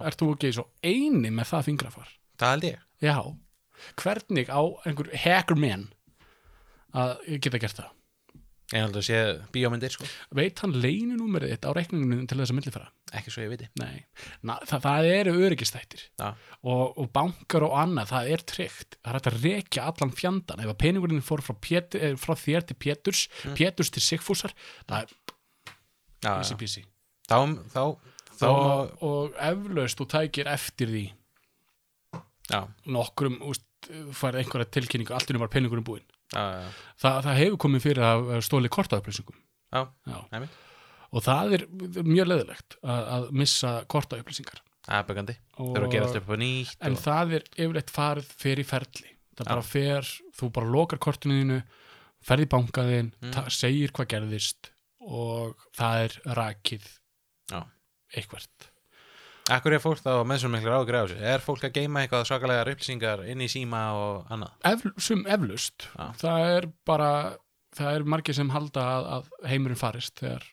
Speaker 1: Ert þú ekki svo eini með það fingrafar?
Speaker 2: það held ég
Speaker 1: Já. Hvernig á einhver hacker man að geta gert það?
Speaker 2: Ég held að sé bíómyndir sko
Speaker 1: Veit hann leyninúmerið þitt á reikninginu til þess að millifæra?
Speaker 2: Ekki svo ég viti
Speaker 1: Nei, Na, það, það eru öryggistættir
Speaker 2: Já.
Speaker 1: og, og bankar og annað, það er tryggt það er hægt að rekja allan fjandan ef að peningurinn fór frá, Pétur, eh, frá þér til Péturs Péturs til Sigfúsar það er
Speaker 2: Hmm. Já,
Speaker 1: easy
Speaker 2: já.
Speaker 1: peasy
Speaker 2: Þá, þá, þá,
Speaker 1: og, og eflaust þú tækir eftir því
Speaker 2: já,
Speaker 1: nokkrum, úst, færði einhverja tilkynningu allt innum var peningurinn búinn
Speaker 2: já, já,
Speaker 1: Þa, það hefur komið fyrir að stóli kortaupplýsingum
Speaker 2: já,
Speaker 1: Já.
Speaker 2: Einmitt.
Speaker 1: og það er mjög leðilegt að, að missa korta upplýsingar
Speaker 2: aðböggandi,
Speaker 1: og,
Speaker 2: þau eru að gera allt upp á nýtt
Speaker 1: en
Speaker 2: og,
Speaker 1: það er yfirleitt farið fyrir í ferli það bara fer, þú bara lokar kortinu þínu ferði bankaðin
Speaker 2: Mm.
Speaker 1: mm. segir hvað gerðist og það er rakið
Speaker 2: Já.
Speaker 1: eitthvert
Speaker 2: Akkur er fólk þá með svo miklu ágjur á þessu? Er fólk að geima eitthvað svakalega upplýsingar inn í síma og annað?
Speaker 1: Ef, sem eflust
Speaker 2: Já.
Speaker 1: það er bara það er margir sem halda að, að heimurinn farist þegar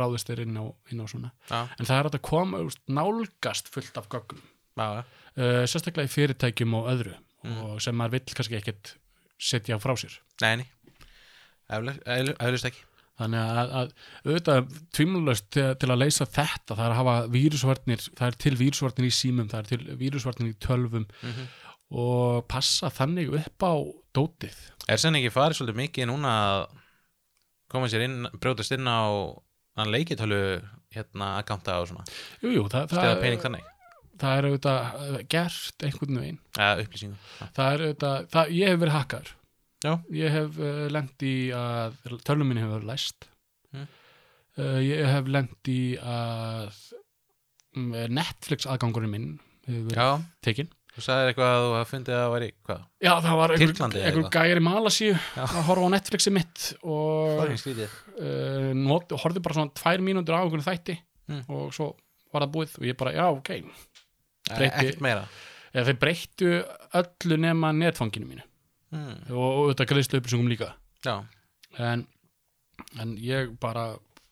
Speaker 1: ráðist er inn á, inn á svona
Speaker 2: Já,
Speaker 1: en það er hægt að koma úst, nálgast fullt af gögnum
Speaker 2: já, já.
Speaker 1: uh, sérstaklega í fyrirtækjum og öðru
Speaker 2: Mm.
Speaker 1: og sem maður vill kannski ekkert setja frá sér
Speaker 2: Nei, nei, Eflaust- eflu- eflaust ekki
Speaker 1: þannig að, að auðvitað tvímlust til, til að leysa þetta það er að hafa vírusvarnir, það er til vírusvarnir í símum það er til vírusvarnir í tölvum
Speaker 2: Mhm.
Speaker 1: og passa þannig upp á dótið
Speaker 2: Er senn ekki farið svolítið mikið núna að koma sér inn, brjótast inn á hann leikitölu hérna að kanta og svona,
Speaker 1: jú, jú, það,
Speaker 2: stela
Speaker 1: það,
Speaker 2: pening þannig
Speaker 1: það er auðvitað uh, gert einhvern veginn
Speaker 2: eða upplýsingum Já.
Speaker 1: það er auðvitað, það, ég hef verið hakkar
Speaker 2: Já.
Speaker 1: ég hef uh, lent í að tölvum minni hefur verið læst
Speaker 2: Mm.
Speaker 1: uh, ég hef lent í að um, Netflix aðgangurinn minn hefur verið
Speaker 2: Já,
Speaker 1: tekinn
Speaker 2: þú sagðir eitthvað að þú hafði fundið að það væri hvað,
Speaker 1: Já, það var einhver,
Speaker 2: Tyrklandi eða
Speaker 1: einhver
Speaker 2: eitthvað?
Speaker 1: gæjar í Malasíu að horfa á Netflixi mitt og
Speaker 2: fæðin skrítið
Speaker 1: uh, not, horfði bara svona tvær mínútur á einhvern þætti
Speaker 2: Mm.
Speaker 1: og svo var það búið og ég bara, já, ok Breyti-
Speaker 2: E, Ekkert meira
Speaker 1: eða þeir breyttu öllu nema netfanginu mínu
Speaker 2: hmm.
Speaker 1: og, og þetta greiðslu upplýsingum líka
Speaker 2: Já,
Speaker 1: en, en ég bara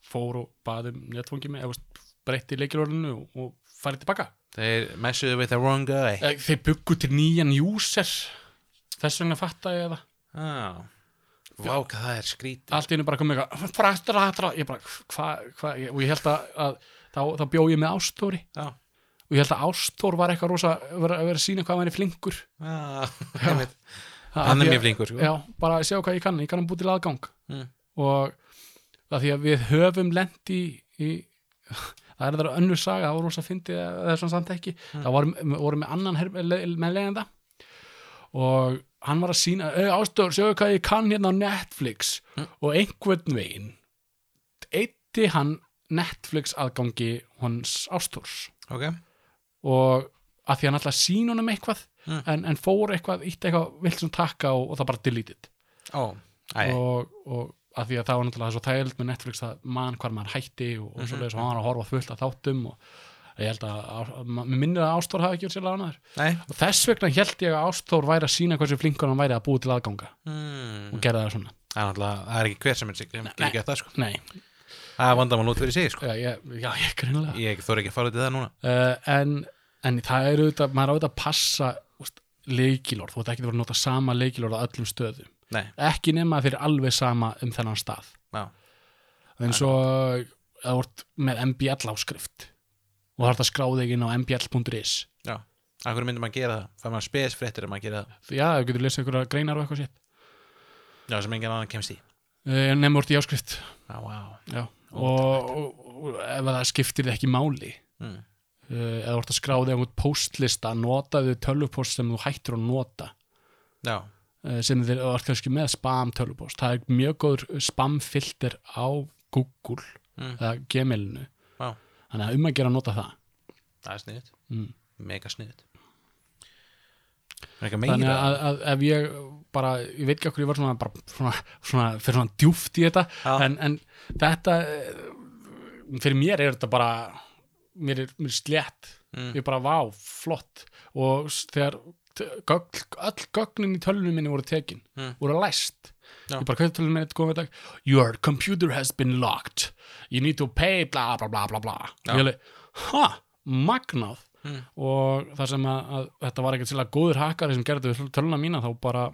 Speaker 1: fór og baði um netfangi með, eða breytti leikilorðinu og, og farið tilbaka
Speaker 2: þeir messuðu with the wrong guy
Speaker 1: Eh, Þeir byggu til nýjan user þess vegna fatta ég það
Speaker 2: Já, vá hvað það er skrítið
Speaker 1: allt í einu bara komið eitthvað frastra, frastra, ég bara, hvað, hvað og ég held að, að þá, þá bjó ég með Ástóri
Speaker 2: Já,
Speaker 1: og ég held að Ástór var eitthvað rosa var að vera að sína hvað hann er flinkur
Speaker 2: já,
Speaker 1: Já.
Speaker 2: einmitt. hann er mjög flinkur sko.
Speaker 1: já, bara að sjá hvað ég kann, ég kann að búi til aðgang
Speaker 2: Mm.
Speaker 1: og það því að við höfum lent í, í það er það önnur saga, það var rosa fyndið eða það er svona samt ekki,
Speaker 2: Mm.
Speaker 1: það vorum, vorum með annan her, le, með leiðanda og hann var að sína Ástór, sjáu hvað ég kann hérna á Netflix
Speaker 2: Mm.
Speaker 1: og einhvern veginn eitti hann Netflix aðgangi hans Ástórs
Speaker 2: Ok,
Speaker 1: og að því hann alltaf sín honum eitthvað
Speaker 2: Mm.
Speaker 1: en, en fór eitthvað, ítti eitthvað vilt sem takka og, og það bara deleted
Speaker 2: ó, æ,
Speaker 1: og, og að því að það var náttúrulega svo tægild með Netflix að mann hvar maður hætti og, og
Speaker 2: Mhm.
Speaker 1: svoleiðis og hann var að horfa fullt að þáttum og ég held að, að, að mér minnir að Ástór hafi ekki verið sérlega ánæður
Speaker 2: nei
Speaker 1: og þess vegna held ég að Ástór væri að sína hversu flinkur hann væri að búi til aðganga
Speaker 2: Hmm.
Speaker 1: og gera það svona
Speaker 2: Það er náttúrulega, það er ekki hver sem er sig sem getur gert það sko
Speaker 1: Nei,
Speaker 2: Það er vandamál út fyrir sig sko
Speaker 1: já, ég, já, ég grunlega
Speaker 2: Ég þóri ekki að fara út í það núna
Speaker 1: uh, en, en það er auðvitað, maður er auðvitað að passa úst, leikilorð, þú ert ekki að vera að nota sama leikilorð á öllum stöðum
Speaker 2: Nei,
Speaker 1: ekki nema að þeir eru alveg sama um þennan stað
Speaker 2: já,
Speaker 1: eins og það vort með MBL áskrift og það er það skráði ekki inn á mbl.is
Speaker 2: já Af hverju myndum maður að gera það? Fær maður spes fréttir um að gera það
Speaker 1: já, þau getur lesið einhverja greinar og eitthvað sétt
Speaker 2: Já, sem enginn annan kemst í
Speaker 1: uh, nema vort í áskrift
Speaker 2: Já, vá
Speaker 1: já. og, og, og ef það skiptir þið ekki máli
Speaker 2: mm.
Speaker 1: uh, eða vort að skráði einhvern postlista notaðu tölvupost sem þú hættir að nota
Speaker 2: Já,
Speaker 1: eh, sem þeir eru kannski með spam tölvupost það er mjög góður spamfilter á Google
Speaker 2: Mm.
Speaker 1: eða Gmailinu
Speaker 2: vá,
Speaker 1: þannig að um að gera að nota það
Speaker 2: það er sniðut
Speaker 1: Mm.
Speaker 2: Mega sniðut Það er ekki meira
Speaker 1: þannig að, að ef ég bara, ég veit ekki okkur ég var svona, bara, svona, svona fyrir svona djúft í þetta
Speaker 2: Já.
Speaker 1: en, en þetta eh, fyrir mér er þetta bara mér er, mér er slétt
Speaker 2: Mm.
Speaker 1: ég er bara vá, flott og s- þegar t- gögn, öll gögnin í tölunum minni voru tekin
Speaker 2: Mm.
Speaker 1: voru læst
Speaker 2: Já.
Speaker 1: ég bara hvað er tölunum minni góðum dag your computer has been locked you need to pay bla bla bla bla bla
Speaker 2: Já.
Speaker 1: ég alveg, ha, magnað
Speaker 2: Mm.
Speaker 1: og það sem að, að þetta var ekkert sérlega góður hakkari sem gerði við töluna mína þá bara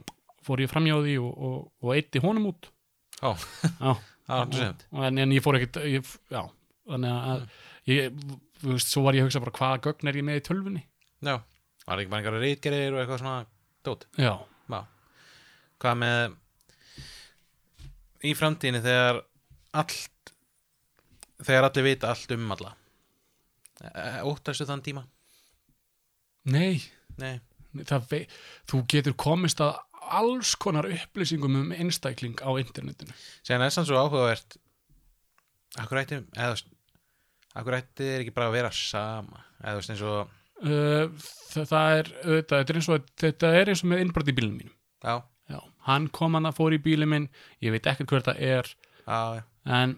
Speaker 1: fór ég framjá því og, og, og eitti honum út
Speaker 2: Ó,
Speaker 1: já,
Speaker 2: það er aldrei semt
Speaker 1: en, en ég fór ekkert ég, f- já, þannig að ég, þú veist, svo var ég að hugsa bara hvaða gögn er ég með í tölvunni
Speaker 2: Já, það er ekki bara einhverja rítgerir og eitthvað svona dót
Speaker 1: já,
Speaker 2: Vá. Hvað með í framtíðinni þegar allt þegar allir vita allt um alla Eh, Óttastu þann tíma?
Speaker 1: nei
Speaker 2: Nei,
Speaker 1: það vei, þú getur komist að alls konar upplýsingum um einstakling á internetinu
Speaker 2: segja næstan svo áhugavert Akkur ætti, eða, þú veist, akkur ætti þeir ekki bara að vera sama eða þú veist eins og,
Speaker 1: uh, það, það er auðvitað, þetta er eins og þetta er eins og með innbrot í bílum mínum
Speaker 2: já,
Speaker 1: Já, hann kom hann að fór í bílum minn ég veit ekkert hver það er
Speaker 2: já, já
Speaker 1: en,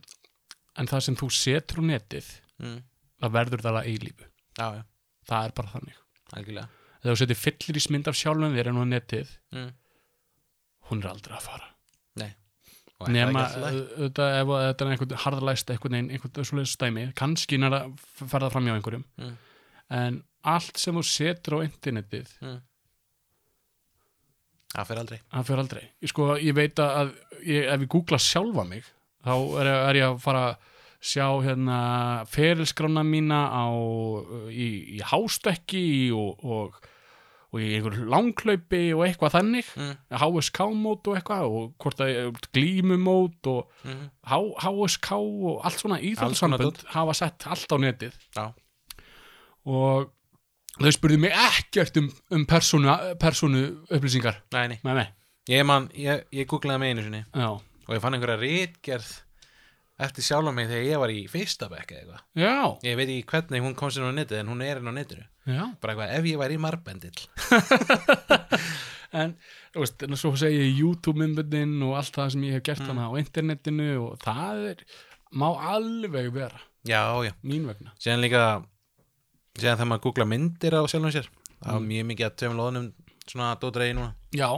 Speaker 1: en það sem þú setur á netið
Speaker 2: mm,
Speaker 1: það verður það að eilífu
Speaker 2: já, já,
Speaker 1: það er bara þannig
Speaker 2: algjörlega
Speaker 1: þegar þú setur fyllirísmynd af sjálfum þér en á netið
Speaker 2: mm.
Speaker 1: hún er aldrei að fara
Speaker 2: Og er það
Speaker 1: nema
Speaker 2: ekki alltaf
Speaker 1: uh, auðvitað ef að þetta er einhvern harðalæst einhvern veginn, einhvern svoleiðis stæmi kannski nær að ferða fram hjá einhverjum
Speaker 2: Mm.
Speaker 1: en allt sem þú setur á internetið
Speaker 2: það fyrir aldrei
Speaker 1: það fyrir aldrei ég, sko, ég veit að ég, ef ég googla sjálfa mig þá er, er ég að fara að sjá hérna ferilskrána mína á, í, í hástökki og, og, og í einhverju langklaupi og eitthvað þannig
Speaker 2: mm.
Speaker 1: HSK-mót og eitthvað og hvort að glímumót og
Speaker 2: Mm.
Speaker 1: H HSK og allt svona
Speaker 2: Alls
Speaker 1: íþjóðsambönd hafa sett allt á netið
Speaker 2: Já.
Speaker 1: og þau spurðu mig ekkert um, um persónu, persónu upplýsingar
Speaker 2: Nei, nei.
Speaker 1: með mig
Speaker 2: ég man, ég, ég googlaði með einu sinni
Speaker 1: já,
Speaker 2: og ég fann einhverja rítgerð eftir sjálf mig þegar ég var í fyrsta bekk eða eitthvað
Speaker 1: já,
Speaker 2: ég veit ekki hvernig hún kom sér á netið en hún er inn á netinu
Speaker 1: já.
Speaker 2: bara eitthvað ef ég væri í marbendill
Speaker 1: en þú veist, en svo segi ég YouTube-myndbundin og allt það sem ég hef gert hana á internetinu og það er, má alveg vera
Speaker 2: já, já,
Speaker 1: mín vegna
Speaker 2: síðan líka síðan þegar maður googla myndir á sjálfum sér það
Speaker 1: Mm.
Speaker 2: var mjög mikið að tveim loðnum svona dótreiði núna,
Speaker 1: já,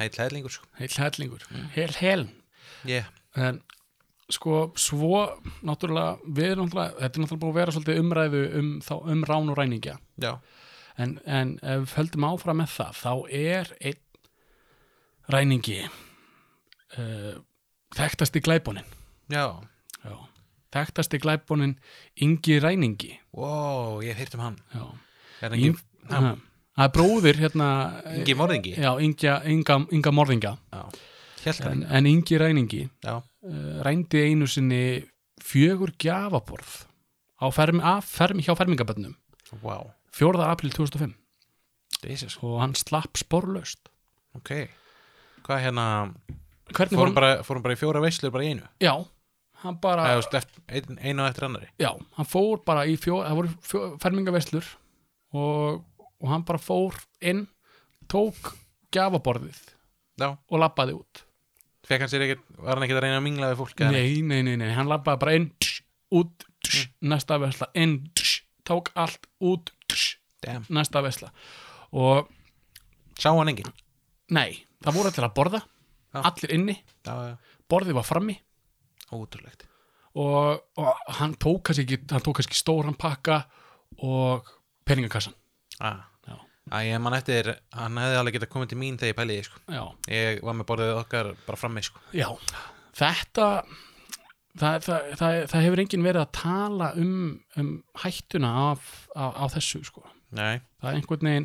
Speaker 2: heill hæðlingur sko.
Speaker 1: heil hellingur, heil heln
Speaker 2: yeah.
Speaker 1: Mm. en sko svo náttúrulega, við erum náttúrulega þetta er náttúrulega búið að vera svolítið umræðu um, þá, um rán og ræningja
Speaker 2: já,
Speaker 1: en, en ef við höldum áfram með það þá er einn ræningi uh, þekktasti glæbónin
Speaker 2: já,
Speaker 1: já. þekktasti glæbónin Ingi Ræningi
Speaker 2: wow, ég hef heyrt um hann
Speaker 1: já.
Speaker 2: er hann ekki,
Speaker 1: ha, það er bróðir hérna
Speaker 2: ekki morðingi
Speaker 1: já, Inga, Inga, Inga Morðinga
Speaker 2: já, helt hann
Speaker 1: en, en Ingi Ræningi
Speaker 2: já,
Speaker 1: uh, rændi einu sinni fjögur gjafaborð á fermi, af, fermi, hjá fermingaböndum
Speaker 2: wow,
Speaker 1: 4. april 2005
Speaker 2: Jesus,
Speaker 1: og hann slapp sporlaust
Speaker 2: ok hvað hérna,
Speaker 1: hvernig
Speaker 2: fórum
Speaker 1: fór hann,
Speaker 2: bara, fórum bara í fjóra veislur bara í einu
Speaker 1: já hann bara,
Speaker 2: eða, þú veist, eft- einn- einu á eftir annari
Speaker 1: já, hann fór bara í fjó, það voru fjó, fermingaveslur og, og hann bara fór inn, tók gjafaborðið
Speaker 2: já,
Speaker 1: og labbaði út
Speaker 2: fekk hann sér ekkert, var hann ekkert að reyna að mingla við fólk eða neitt?
Speaker 1: nei, nei, nei, nei, hann labbaði bara inn tsh, út, tsh, næsta vesla inn, tsh, tók allt út tsh,
Speaker 2: Damn.
Speaker 1: næsta vesla og
Speaker 2: sá hann engin
Speaker 1: Nei, það voru allir að borða
Speaker 2: Já.
Speaker 1: Allir inni,
Speaker 2: já, já,
Speaker 1: borðið var frammi
Speaker 2: ótrúlegt
Speaker 1: og, og hann tók kannski ekki hann tók kannski stóran pakka og peningakassan
Speaker 2: að
Speaker 1: Já.
Speaker 2: Ah, ég man eftir, hann hefði alveg getað komið til mín þegar ég pæliði, sko.
Speaker 1: Já,
Speaker 2: Ég var með borðið okkar bara frammi, sko.
Speaker 1: já Þetta það, það, það, það hefur enginn verið að tala um, um hættuna af, af, af þessu sko.
Speaker 2: Nei.
Speaker 1: það er einhvern veginn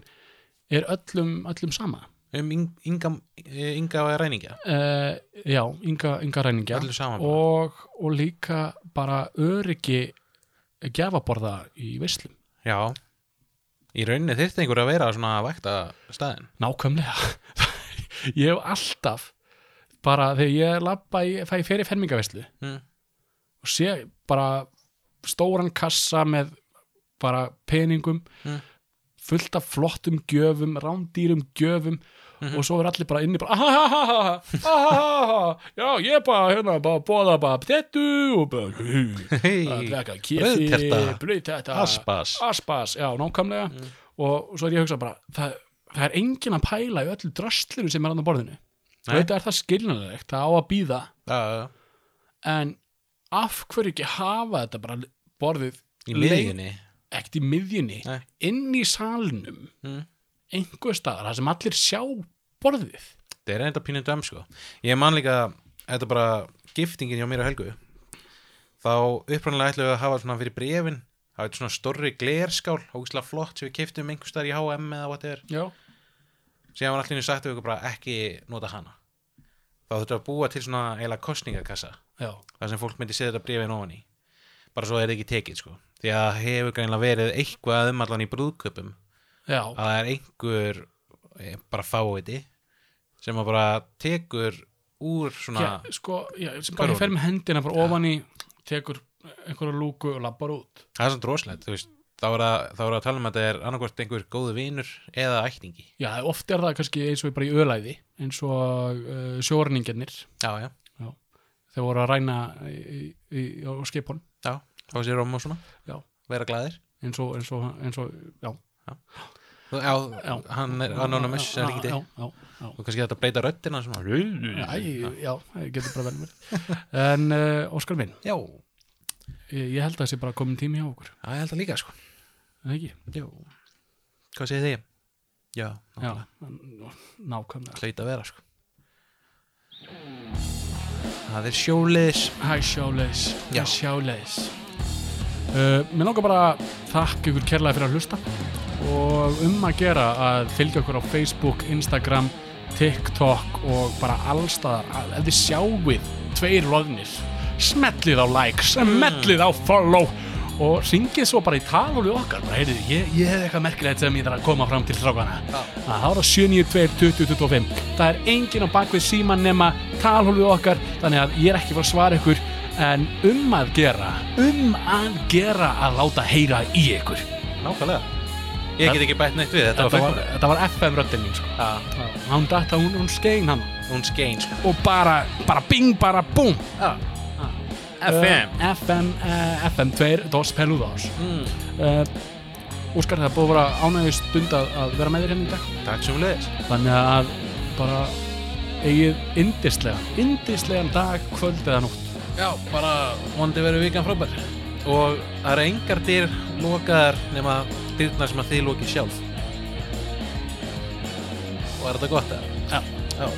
Speaker 1: er öllum, öllum sama
Speaker 2: Um yng- ynga, eh, ynga og ræningja.
Speaker 1: uh, Já, ynga, ynga ræningja
Speaker 2: Öllu saman bara.
Speaker 1: og, og líka bara öryggi gefaborða í veislum
Speaker 2: Já. Í rauninni þyrfti einhver að vera svona að vakta staðin.
Speaker 1: Nákvæmlega Ég hef alltaf bara þegar ég labba í, fæ fyrir fermingaveislu
Speaker 2: Mm.
Speaker 1: og sé bara stóran kassa með bara peningum
Speaker 2: Mm.
Speaker 1: fullt af flottum gjöfum rándýrum gjöfum
Speaker 2: Mhm.
Speaker 1: og svo er allir bara inni bara ahahaha, ahahaha já ég er bara hérna bara bóða bara ptettu og bara að
Speaker 2: Hei,
Speaker 1: drekka kefi,
Speaker 2: Brauðterta.
Speaker 1: brauðterta
Speaker 2: aspas. Mm.
Speaker 1: aspas, já, nákvæmlega og svo er ég að hugsa bara það, það er engin að pæla í öllu drastlinu sem er hann á borðinu
Speaker 2: Nei.
Speaker 1: þetta er það skiljanlegt, það á að býða
Speaker 2: Já, já, já.
Speaker 1: en af hverju ekki hafa þetta bara borðið
Speaker 2: Í
Speaker 1: lengt-
Speaker 2: miðjunni.
Speaker 1: ekkert í miðjunni,
Speaker 2: Nei.
Speaker 1: inn í salnum
Speaker 2: Mm.
Speaker 1: einhver staðar, það sem allir sjá borðið
Speaker 2: Það er enda pínu döm, sko. Ég man líka, þetta er bara giftingin hjá mér og Helgu. Þá upprannilega ætlum við að hafa svona fyrir brefin. Það er svona stórri glerskál, ógislega flott sem við kiftum einhver staðar í H&M eða whatever.
Speaker 1: já,
Speaker 2: síðan var allir sagt við ykkur bara ekki nota hana þá þurftu að búa til svona eiginlega kostningakassa
Speaker 1: já,
Speaker 2: þar sem fólk myndi setja þetta bréfin ofan í bara svo er þetta ekki tekið sko því að það hefur greinlega verið eitthvað um allan í brúðköpum
Speaker 1: já,
Speaker 2: að það er einhver eh, bara fáiði sem að bara tekur úr svona
Speaker 1: já sko, já, sem bara
Speaker 2: Hvar
Speaker 1: fer með hendina bara ofan í tekur einhverja lúku og labbar út
Speaker 2: það er svona droslegt, þú veist þá er að, þá er að tala um að þetta er annarkvort einhver góðu vinur eða ætningi
Speaker 1: já, oft er það kannski eins og bara í ölæði eins og uh, sjórningarnir
Speaker 2: já, já,
Speaker 1: þegar voru að ræna í, í, í, á skipun
Speaker 2: já, þá sér om og svona
Speaker 1: Já.
Speaker 2: vera glæðir
Speaker 1: eins og, eins og, eins og já,
Speaker 2: já,
Speaker 1: já
Speaker 2: hann er anonymous
Speaker 1: Já,
Speaker 2: er
Speaker 1: já,
Speaker 2: ekki þig
Speaker 1: já, já.
Speaker 2: og kannski þetta breyta röddina svona
Speaker 1: Æ, já, það getur bara vel verið en uh, Óskar minn,
Speaker 2: já,
Speaker 1: ég, ég held að það sé bara komin tími hjá okkur,
Speaker 2: það er alltaf líka sko
Speaker 1: er það ekki?
Speaker 2: já. hvað segir þið?
Speaker 1: Já,
Speaker 2: já, nákvæmlega.
Speaker 1: nákvæmlega
Speaker 2: hlaut að vera sko það er sjóliðis
Speaker 1: Hæ sjáleis, hæ
Speaker 2: Já.
Speaker 1: sjáleis uh, Mér langar bara að þakka ykkur kærlega fyrir að hlusta og um að gera að fylgja okkur á Facebook, Instagram TikTok og bara allstaðar Að- ef þið sjáuð tveir loðnir smellið á like, smellið á follow og syngið svo bara í tal við okkar, bara heyrðu, ég, ég hef eitthvað merkilegt sem ég þarf að koma fram til strákana að það er á 792 2025 það er engin á bakvið síman nema talhólfið okkar, þannig að ég er ekki fyrir að svara ykkur, en um að gera um að gera að láta heyra í ykkur
Speaker 2: nákvæmlega ég get ekki bætt neitt við, þetta
Speaker 1: þetta
Speaker 2: var
Speaker 1: var,
Speaker 2: fullkomlega
Speaker 1: þetta var FM röddinn mín sko.
Speaker 2: Já,
Speaker 1: hún datta, hún, hún skein hann
Speaker 2: hún skein sko
Speaker 1: og bara, bara bing, bara búm
Speaker 2: Ah. FM
Speaker 1: uh, FM, uh, FM 2, dos peludos
Speaker 2: Mm.
Speaker 1: uh, Óskar, það er búið að vera ánægði stund að, að vera með þér hérna í dag
Speaker 2: Takk sem leiðis
Speaker 1: þannig að bara eigið yndislega yndislegan dag, kvöld eða nótt
Speaker 2: Já, bara vondi verið vikan frábær Og það eru engar dyr lokaðar nema dyrnar sem að þið lokið sjálf Og er þetta gott eða?
Speaker 1: Já.
Speaker 2: Já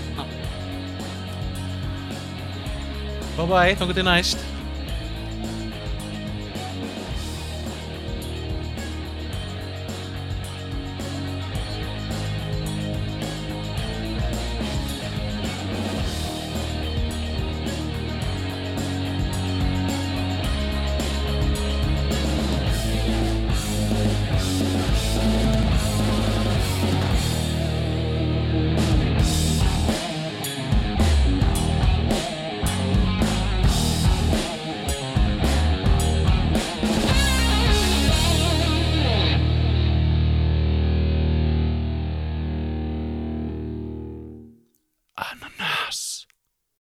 Speaker 2: Bye bye, þá til næst